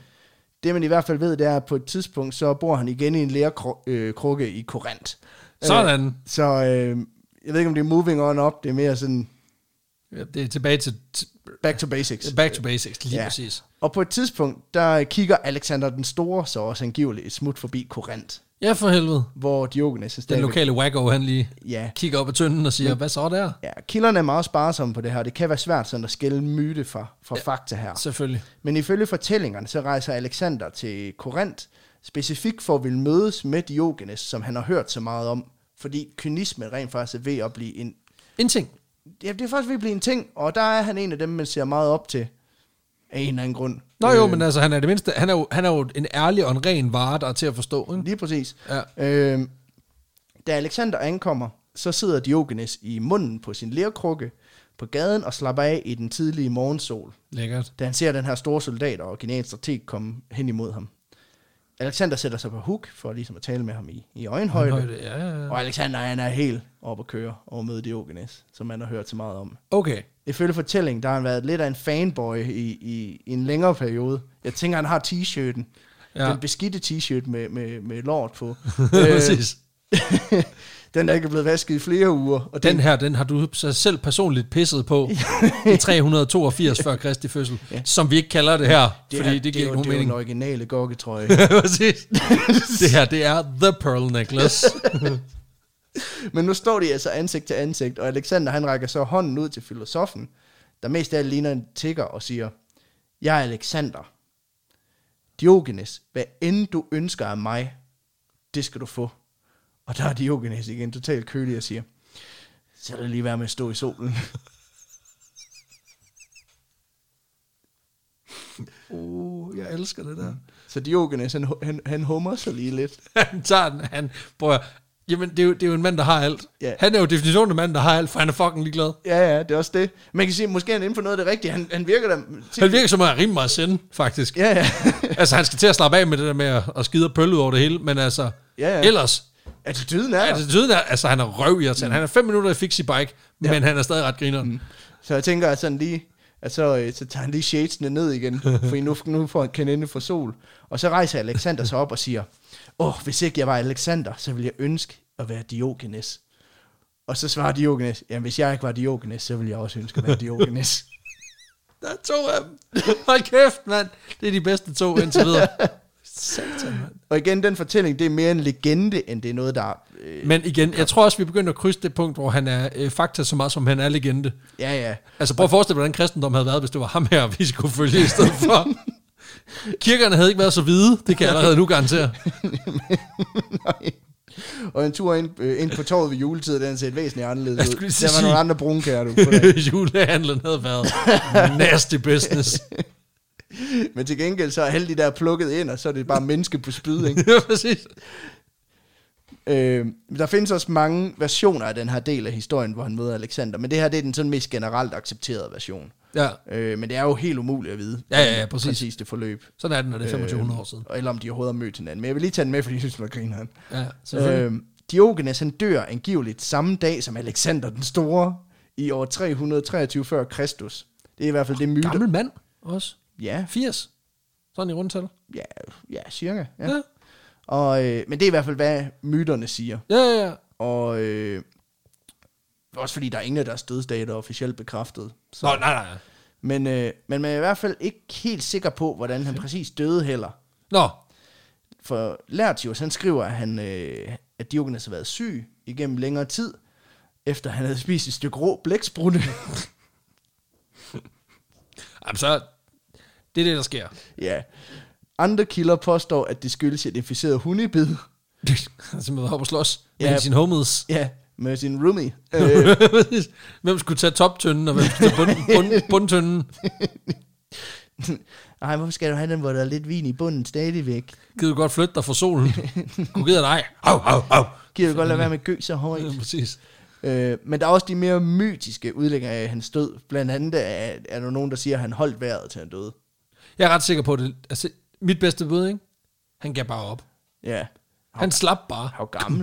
[SPEAKER 2] Det man i hvert fald ved, det er, at på et tidspunkt, så bor han igen i en lærerkrukke i Korinth.
[SPEAKER 1] Sådan.
[SPEAKER 2] Så øh, jeg ved ikke, om det er moving on up, det er mere sådan
[SPEAKER 1] Ja, det er tilbage til, til
[SPEAKER 2] back to basics.
[SPEAKER 1] back to basics, lige
[SPEAKER 2] Ja.
[SPEAKER 1] ja. præcis.
[SPEAKER 2] Og på et tidspunkt, der kigger Alexander den Store så også angiveligt et smut forbi Korinth,
[SPEAKER 1] Ja for helvede.
[SPEAKER 2] hvor Diogenes er
[SPEAKER 1] Den
[SPEAKER 2] stadigvæk...
[SPEAKER 1] lokale wacko, han lige
[SPEAKER 2] Ja.
[SPEAKER 1] kigger op ad tynden og siger, hvad så der?
[SPEAKER 2] Ja, kilderne er meget sparsomme på det her, og det kan være svært sådan at skille myte fra, fra ja. fakta her.
[SPEAKER 1] Selvfølgelig.
[SPEAKER 2] Men ifølge fortællingerne, så rejser Alexander til Korinth, specifikt for at ville mødes med Diogenes, som han har hørt så meget om, fordi kynisme rent faktisk er ved at blive en...
[SPEAKER 1] En ting.
[SPEAKER 2] Ja, det er faktisk ved at blive en ting, og der er han en af dem, man ser meget op til. af en eller anden grund. Øh,
[SPEAKER 1] Nå jo, men altså, han er det mindste, han er jo, han er jo en ærlig og en ren vare, der er til at forstå. Ikke?
[SPEAKER 2] Lige præcis.
[SPEAKER 1] Ja.
[SPEAKER 2] Øhm, da Alexander ankommer, så sidder Diogenes i munden på sin lerkrukke på gaden og slapper af i den tidlige morgensol,
[SPEAKER 1] Lækkert.
[SPEAKER 2] da han ser den her store soldat og genial strateg komme hen imod ham. Alexander sætter sig på huk for ligesom at tale med ham i, i øjenhøjde,
[SPEAKER 1] Højde, ja, ja, ja.
[SPEAKER 2] og Alexander han er helt oppe at køre over møde Diogenes, som man har hørt så meget om.
[SPEAKER 1] Okay.
[SPEAKER 2] Ifølge fortællingen, der har han været lidt af en fanboy i, i, i en længere periode. Jeg tænker, han har t-shirten. Ja.
[SPEAKER 1] Ja. [laughs]
[SPEAKER 2] Den beskidte t-shirt med, med, med lort på. Øh,
[SPEAKER 1] Præcis.
[SPEAKER 2] [laughs] den er ikke blevet vasket i flere uger. Og
[SPEAKER 1] Den her, den har du så selv personligt pisset
[SPEAKER 2] [laughs]
[SPEAKER 1] på i 382 før Kristi fødsel, ja. som vi ikke kalder det her, det fordi
[SPEAKER 2] er-
[SPEAKER 1] det, det giver
[SPEAKER 2] er jo-
[SPEAKER 1] ikke nogen
[SPEAKER 2] Det er jo
[SPEAKER 1] mening.
[SPEAKER 2] den originale gokketrøje.
[SPEAKER 1] [laughs]
[SPEAKER 2] [laughs]
[SPEAKER 1] Præcis. det her, det er The Pearl Necklace.
[SPEAKER 2] Men nu står de altså ansigt til ansigt, og Alexander han rækker så hånden ud til filosofen, der mest af alt ligner en tigger og siger, jeg er Alexander. Diogenes, hvad end du ønsker af mig, det skal du få. Og der er Diogenes igen totalt kølig og siger, så er det lige være med at stå i solen.
[SPEAKER 1] Uh, jeg elsker det der.
[SPEAKER 2] Så Diogenes, han, han, han hummer sig lige lidt.
[SPEAKER 1] [laughs] Han tager den, han prøver. Jamen, det er, jo, det er jo en mand, der har alt.
[SPEAKER 2] Ja.
[SPEAKER 1] Han er jo definitionen af mand, der har alt, for han er fucking ligeglad.
[SPEAKER 2] Ja, ja, det er også det. Man kan sige, måske er han inde for noget af det rigtige. Han, han virker da...
[SPEAKER 1] Han virker som om, han er rimelig meget sende, faktisk.
[SPEAKER 2] Ja, [laughs] ja.
[SPEAKER 1] Altså, han skal til at slappe af med det der med at, at skide og pølle ud over det hele, men altså,
[SPEAKER 2] Ja, ja.
[SPEAKER 1] ellers,
[SPEAKER 2] Attituden er der.
[SPEAKER 1] altså, tydeligt, altså, han er røv i mm. Han er fem minutter i fix i bike, ja. men han er stadig ret griner. Mm.
[SPEAKER 2] Så jeg tænker, at sådan lige, at så, øh, så tager han lige shadesene
[SPEAKER 1] [laughs]
[SPEAKER 2] ned igen, for nu, nu får han kendende for sol. Og så rejser Alexander sig op og siger, åh, oh, hvis ikke jeg var Alexander, så ville jeg ønske at være Diogenes. Og så svarer Diogenes, jamen hvis jeg ikke var Diogenes, så ville jeg også ønske at være
[SPEAKER 1] [laughs]
[SPEAKER 2] Diogenes.
[SPEAKER 1] Der er to af dem. [laughs] Hold kæft, mand. Det er de bedste to indtil videre. [laughs] Satan, mand.
[SPEAKER 2] og igen, den fortælling, det er mere en legende, end det er noget, der... Øh,
[SPEAKER 1] Men igen, jeg tror også, vi begynder at krydse det punkt, hvor han er øh, fakta så meget, som han er legende.
[SPEAKER 2] ja, ja.
[SPEAKER 1] Altså prøv at forestille dig, hvordan kristendom havde været, hvis det var ham her, vi skulle følge i stedet for. Kirkerne havde ikke været så hvide, det kan jeg allerede nu garantere. [laughs]
[SPEAKER 2] Nej. Og en tur ind, øh, ind på torvet ved juletid, den set væsentligt anderledes
[SPEAKER 1] Jeg
[SPEAKER 2] ud.
[SPEAKER 1] skulle lige
[SPEAKER 2] Der var
[SPEAKER 1] sige-
[SPEAKER 2] nogle andre brunkager, du. på den.
[SPEAKER 1] Julehandlen havde været nasty business. [laughs]
[SPEAKER 2] [laughs] Men til gengæld, så er alle de der plukket ind, og så er det bare menneske på spyd,
[SPEAKER 1] [laughs]
[SPEAKER 2] ikke?
[SPEAKER 1] Ja, præcis.
[SPEAKER 2] Øh, der findes også mange versioner af den her del af historien, hvor han møder Alexander, men det her det er den sådan mest generelt accepterede version.
[SPEAKER 1] Ja,
[SPEAKER 2] Øh, men det er jo helt umuligt at vide,
[SPEAKER 1] Ja, ja, ja,
[SPEAKER 2] hvordan
[SPEAKER 1] præcis.
[SPEAKER 2] præcis det forløb.
[SPEAKER 1] sådan er den, når
[SPEAKER 2] Øh,
[SPEAKER 1] det er 2500 år siden.
[SPEAKER 2] Og eller om de overhovedet har mødt hinanden. Men jeg vil lige tage den med, fordi jeg synes, det var grineren.
[SPEAKER 1] Ja, selvfølgelig.
[SPEAKER 2] Øh, Diogenes han dør angiveligt samme dag som Alexander den Store i år 323 før Kristus. Det er i hvert fald det myte.
[SPEAKER 1] Gammel mand også.
[SPEAKER 2] Ja,
[SPEAKER 1] 80. Sådan i rundtal.
[SPEAKER 2] ja, ja, cirka. Ja.
[SPEAKER 1] Ja.
[SPEAKER 2] Og, øh, men det er i hvert fald, hvad myterne siger.
[SPEAKER 1] Ja, ja, ja.
[SPEAKER 2] Og øh, også fordi der er ingen af deres dødsdage, der er officielt bekræftet. Så.
[SPEAKER 1] Nå, nej, nej.
[SPEAKER 2] Men, øh, men man er i hvert fald ikke helt sikker på, hvordan han præcis døde heller.
[SPEAKER 1] Nå,
[SPEAKER 2] For Lertius, han skriver, at, han, øh, at Diogenes har været syg igennem længere tid, efter han havde spist et stykke rå blæksprutte. [laughs]
[SPEAKER 1] Jamen, så det er det, der sker. [laughs]
[SPEAKER 2] ja. Andre kilder påstår, at det skyldes et inficeret hundebid.
[SPEAKER 1] Så man op og slås med
[SPEAKER 2] Ja.
[SPEAKER 1] ja. sine homies.
[SPEAKER 2] Ja, med sin roomie.
[SPEAKER 1] [laughs]
[SPEAKER 2] Øh,
[SPEAKER 1] hvem skulle tage toptønden, og hvem skulle tage bund, bund, bundtønden?
[SPEAKER 2] [laughs] Ej, hvorfor skal du have den, hvor der er lidt vin i bunden stadigvæk?
[SPEAKER 1] Gider du godt flytte dig fra
[SPEAKER 2] [laughs]
[SPEAKER 1] solen? Kunne give dig? Au, au, au.
[SPEAKER 2] Giver du godt lade være med at gø så højt?
[SPEAKER 1] Ja, præcis.
[SPEAKER 2] Øh, men der er også de mere mytiske udlægninger af hans død. Blandt andet er, er der nogen, der siger, at han holdt vejret til han døde.
[SPEAKER 1] Jeg er ret sikker på det. Altså, mit bedste bud, ikke? Han gav bare op.
[SPEAKER 2] Ja.
[SPEAKER 1] Han slap bare.
[SPEAKER 2] Han var gammel.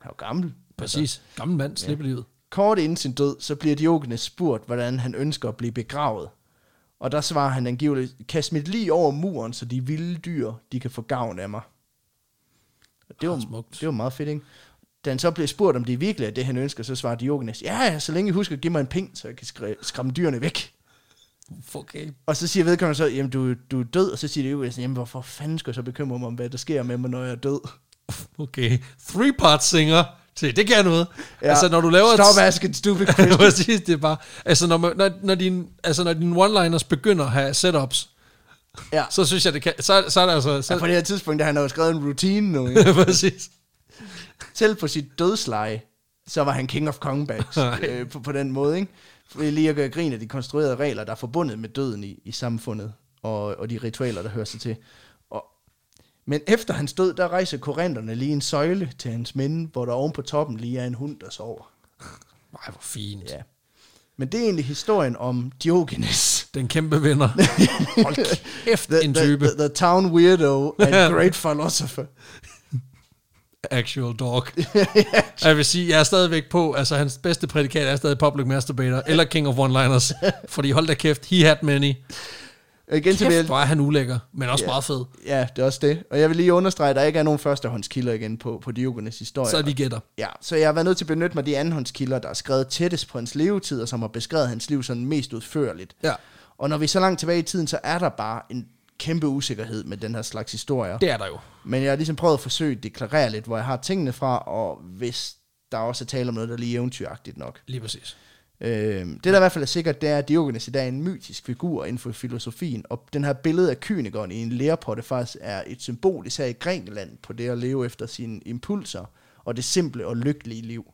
[SPEAKER 2] Han var gammel. Altså,
[SPEAKER 1] Præcis. Gammel mand, slipper livet.
[SPEAKER 2] Kort inden sin død, så bliver Diogenes spurgt, hvordan han ønsker at blive begravet. Og der svarer han angiveligt, kast mit lige over muren, så de vilde dyr, de kan få gavn af mig. Og det var,
[SPEAKER 1] Ah, smukt.
[SPEAKER 2] det var meget fedt, ikke? Da han så bliver spurgt, om det virkelig er det, han ønsker, så svarer Diogenes, ja, ja, så længe I husker at give mig en penge, så jeg kan skræ- skræmme dyrene væk.
[SPEAKER 1] Okay.
[SPEAKER 2] Og så siger vedkommende så, jamen du, du er død, og så siger det jo, jamen hvorfor fanden skal jeg så bekymre mig om, hvad der sker med mig, når jeg er død?
[SPEAKER 1] Okay. Three part singer. Se, det kan noget. Ja. Altså, når du laver et-
[SPEAKER 2] Stop
[SPEAKER 1] [laughs]
[SPEAKER 2] asking stupid
[SPEAKER 1] Ja,
[SPEAKER 2] questions.
[SPEAKER 1] præcis, det er bare... Altså, når, man, når, når, din, altså, når dine one-liners begynder at have setups,
[SPEAKER 2] ja.
[SPEAKER 1] så synes jeg, det kan... Så, så er der altså...
[SPEAKER 2] Så på
[SPEAKER 1] Så,
[SPEAKER 2] det her tidspunkt, der han har jo skrevet en routine nu. ikke?
[SPEAKER 1] [laughs] præcis. [laughs]
[SPEAKER 2] Selv på sit dødsleje, så var han king of comebacks øh, på, på den måde, ikke? Fordi lige at gøre grin af de konstruerede regler, der er forbundet med døden i, i samfundet, og, og de ritualer, der hører sig til. Og, men efter hans død, der rejser korinterne lige en søjle til hans minde, hvor der oven på toppen lige er en hund, der sover.
[SPEAKER 1] Nej, hvor fint.
[SPEAKER 2] Ja. Men det er egentlig historien om Diogenes.
[SPEAKER 1] Den kæmpe
[SPEAKER 2] [laughs]
[SPEAKER 1] vinder. Hold kæft,
[SPEAKER 2] The,
[SPEAKER 1] en
[SPEAKER 2] the,
[SPEAKER 1] type.
[SPEAKER 2] the, the town weirdo and great philosopher.
[SPEAKER 1] Actual
[SPEAKER 2] [laughs]
[SPEAKER 1] dog. Og jeg vil sige, jeg er stadigvæk på, altså hans bedste prædikat er stadig Public Masturbator, eller King of
[SPEAKER 2] [laughs]
[SPEAKER 1] One-Liners, fordi hold da kæft, he had many.
[SPEAKER 2] Igen til
[SPEAKER 1] Kæft,
[SPEAKER 2] det,
[SPEAKER 1] hvor er han ulækker, men også
[SPEAKER 2] Ja.
[SPEAKER 1] meget fed.
[SPEAKER 2] ja, det er også det. Og jeg vil lige understrege, at der ikke er nogen førstehåndskilder igen på, på Diogenes historie.
[SPEAKER 1] Så er vi gætter.
[SPEAKER 2] Ja, så jeg har været nødt til at benytte mig af de andenhåndskilder, der er skrevet tættest på hans levetid, og som har beskrevet hans liv sådan mest udførligt.
[SPEAKER 1] Ja.
[SPEAKER 2] Og når vi er så langt tilbage i tiden, så er der bare en kæmpe usikkerhed med den her slags historier.
[SPEAKER 1] Det er der jo.
[SPEAKER 2] Men jeg har ligesom prøvet at forsøge at deklarere lidt, hvor jeg har tingene fra, og hvis der også er tale om noget, der er lige eventyragtigt nok.
[SPEAKER 1] Lige præcis.
[SPEAKER 2] Øh, det, der i hvert fald er sikkert, det er, at Diogenes i dag er en mytisk figur inden for filosofien, og den her billede af kynikeren i en lærpotte faktisk er et symbol, især i Grækenland, på det at leve efter sine impulser og det simple og lykkelige liv.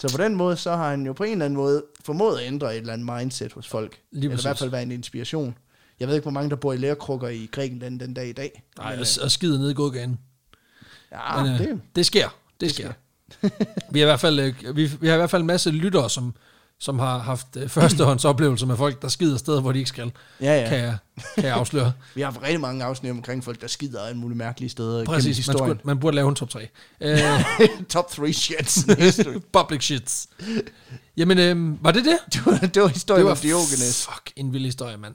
[SPEAKER 2] Så på den måde, så har han jo på en eller anden måde formået at ændre et eller andet mindset hos folk.
[SPEAKER 1] Lige
[SPEAKER 2] eller i
[SPEAKER 1] præcis.
[SPEAKER 2] hvert fald være en inspiration. Jeg ved ikke, hvor mange, der bor i lærkrukker i Grækenland den dag i dag.
[SPEAKER 1] Nej,
[SPEAKER 2] Men,
[SPEAKER 1] og,
[SPEAKER 2] øh,
[SPEAKER 1] og skide ned i gågaden.
[SPEAKER 2] ja,
[SPEAKER 1] Men, øh,
[SPEAKER 2] det,
[SPEAKER 1] det sker. Det, det sker. vi, har i hvert fald, øh, vi, vi har i hvert fald en masse lyttere, som, som har haft øh, førstehåndsoplevelser med folk, der skider steder, hvor de ikke skal,
[SPEAKER 2] ja, ja.
[SPEAKER 1] kan, jeg, kan jeg afsløre.
[SPEAKER 2] Vi har haft rigtig mange afsnit omkring folk, der skider alle mulige mærkelige steder gennem
[SPEAKER 1] Præcis, man,
[SPEAKER 2] historien.
[SPEAKER 1] skulle, man burde lave en top 3. Øh,
[SPEAKER 2] [laughs] Top
[SPEAKER 1] [laughs]
[SPEAKER 2] 3 shits in history.
[SPEAKER 1] public shits. Jamen, øh, var det det?
[SPEAKER 2] Det var, det var historien
[SPEAKER 1] det var
[SPEAKER 2] om Diogenes.
[SPEAKER 1] Fuck, en vild historie, mand.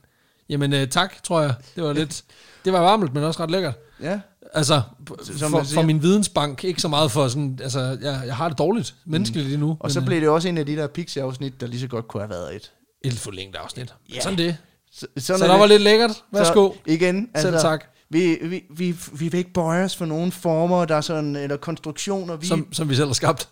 [SPEAKER 1] Jamen, øh, tak, tror jeg. Det var lidt... [laughs] Det var varmt, men også ret lækkert.
[SPEAKER 2] Ja.
[SPEAKER 1] Altså,
[SPEAKER 2] Som
[SPEAKER 1] som for,
[SPEAKER 2] man siger.
[SPEAKER 1] for min vidensbank, ikke så meget for sådan, altså, jeg, jeg har det dårligt menneskeligt lige nu.
[SPEAKER 2] Mm. Og så blev det også en af de der Pixie-afsnit, der lige så godt kunne have været et.
[SPEAKER 1] Et forlængt afsnit.
[SPEAKER 2] Ja.
[SPEAKER 1] Ja. Sådan det.
[SPEAKER 2] Så,
[SPEAKER 1] Sådan
[SPEAKER 2] sådan
[SPEAKER 1] så
[SPEAKER 2] er
[SPEAKER 1] der
[SPEAKER 2] det.
[SPEAKER 1] var lidt lækkert.
[SPEAKER 2] Så
[SPEAKER 1] Værsgo. Så,
[SPEAKER 2] igen, altså,
[SPEAKER 1] Selv tak.
[SPEAKER 2] Vi, vi, vi, vi vil ikke bøje os for nogen former, der er sådan, eller konstruktioner, vi,
[SPEAKER 1] Som, som vi selv har
[SPEAKER 2] [laughs]
[SPEAKER 1] skabt.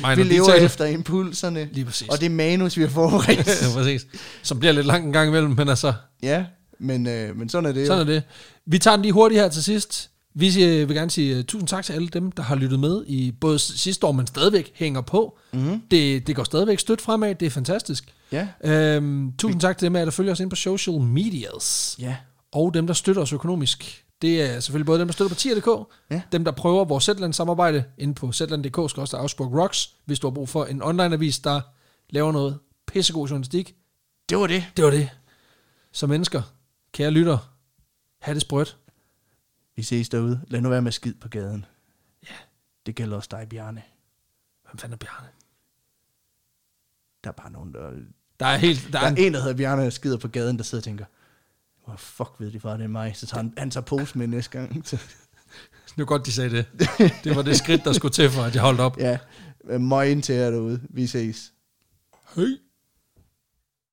[SPEAKER 1] Minor
[SPEAKER 2] vi lever
[SPEAKER 1] detail.
[SPEAKER 2] efter impulserne.
[SPEAKER 1] Lige præcis.
[SPEAKER 2] Og det manus, vi har forberedt.
[SPEAKER 1] [laughs] ja, [laughs] præcis. Som bliver lidt langt en gang imellem, men altså,
[SPEAKER 2] ja, men, øh, men sådan er det
[SPEAKER 1] Sådan
[SPEAKER 2] jo.
[SPEAKER 1] er det. Vi tager den lige hurtigt her til sidst. Vi øh, vil gerne sige uh, tusind tak til alle dem, der har lyttet med i både s- sidste år, men stadigvæk hænger på. Mm-hmm. Det, det går stadigvæk stødt fremad. Det er fantastisk.
[SPEAKER 2] Ja.
[SPEAKER 1] Øhm, tusind tak til dem af jer, der følger os ind på social medias.
[SPEAKER 2] Ja.
[SPEAKER 1] Og dem, der støtter os økonomisk. Det er selvfølgelig både dem, der støtter på tier.dk,
[SPEAKER 2] Ja.
[SPEAKER 1] dem, der prøver vores Zetland-samarbejde inde på zetland.dk, skal også Augsburg Rocks, hvis du har brug for en online-avis, der laver noget pissegod journalistik.
[SPEAKER 2] Det var det.
[SPEAKER 1] Det var det. Så mennesker, kære lytter, have det sprødt.
[SPEAKER 2] Vi ses derude. Lad nu være med skid på gaden. Ja. Det gælder også dig, Bjarne.
[SPEAKER 1] Hvem fanden er Bjarne?
[SPEAKER 2] Der er bare nogen, der...
[SPEAKER 1] Der er helt... Der
[SPEAKER 2] Der
[SPEAKER 1] er
[SPEAKER 2] er
[SPEAKER 1] en,
[SPEAKER 2] en, der hedder Bjarne, der skider på gaden, der sidder og tænker, hvor fuck ved de far, det er mig. Så tager han, han tager pose med næste gang. [laughs] Så-
[SPEAKER 1] det var godt, de sagde det. Det var det
[SPEAKER 2] Øh,
[SPEAKER 1] skridt, der skulle til for, at jeg holdt op.
[SPEAKER 2] ja, møgen til jer derude. Vi ses.
[SPEAKER 1] Hej.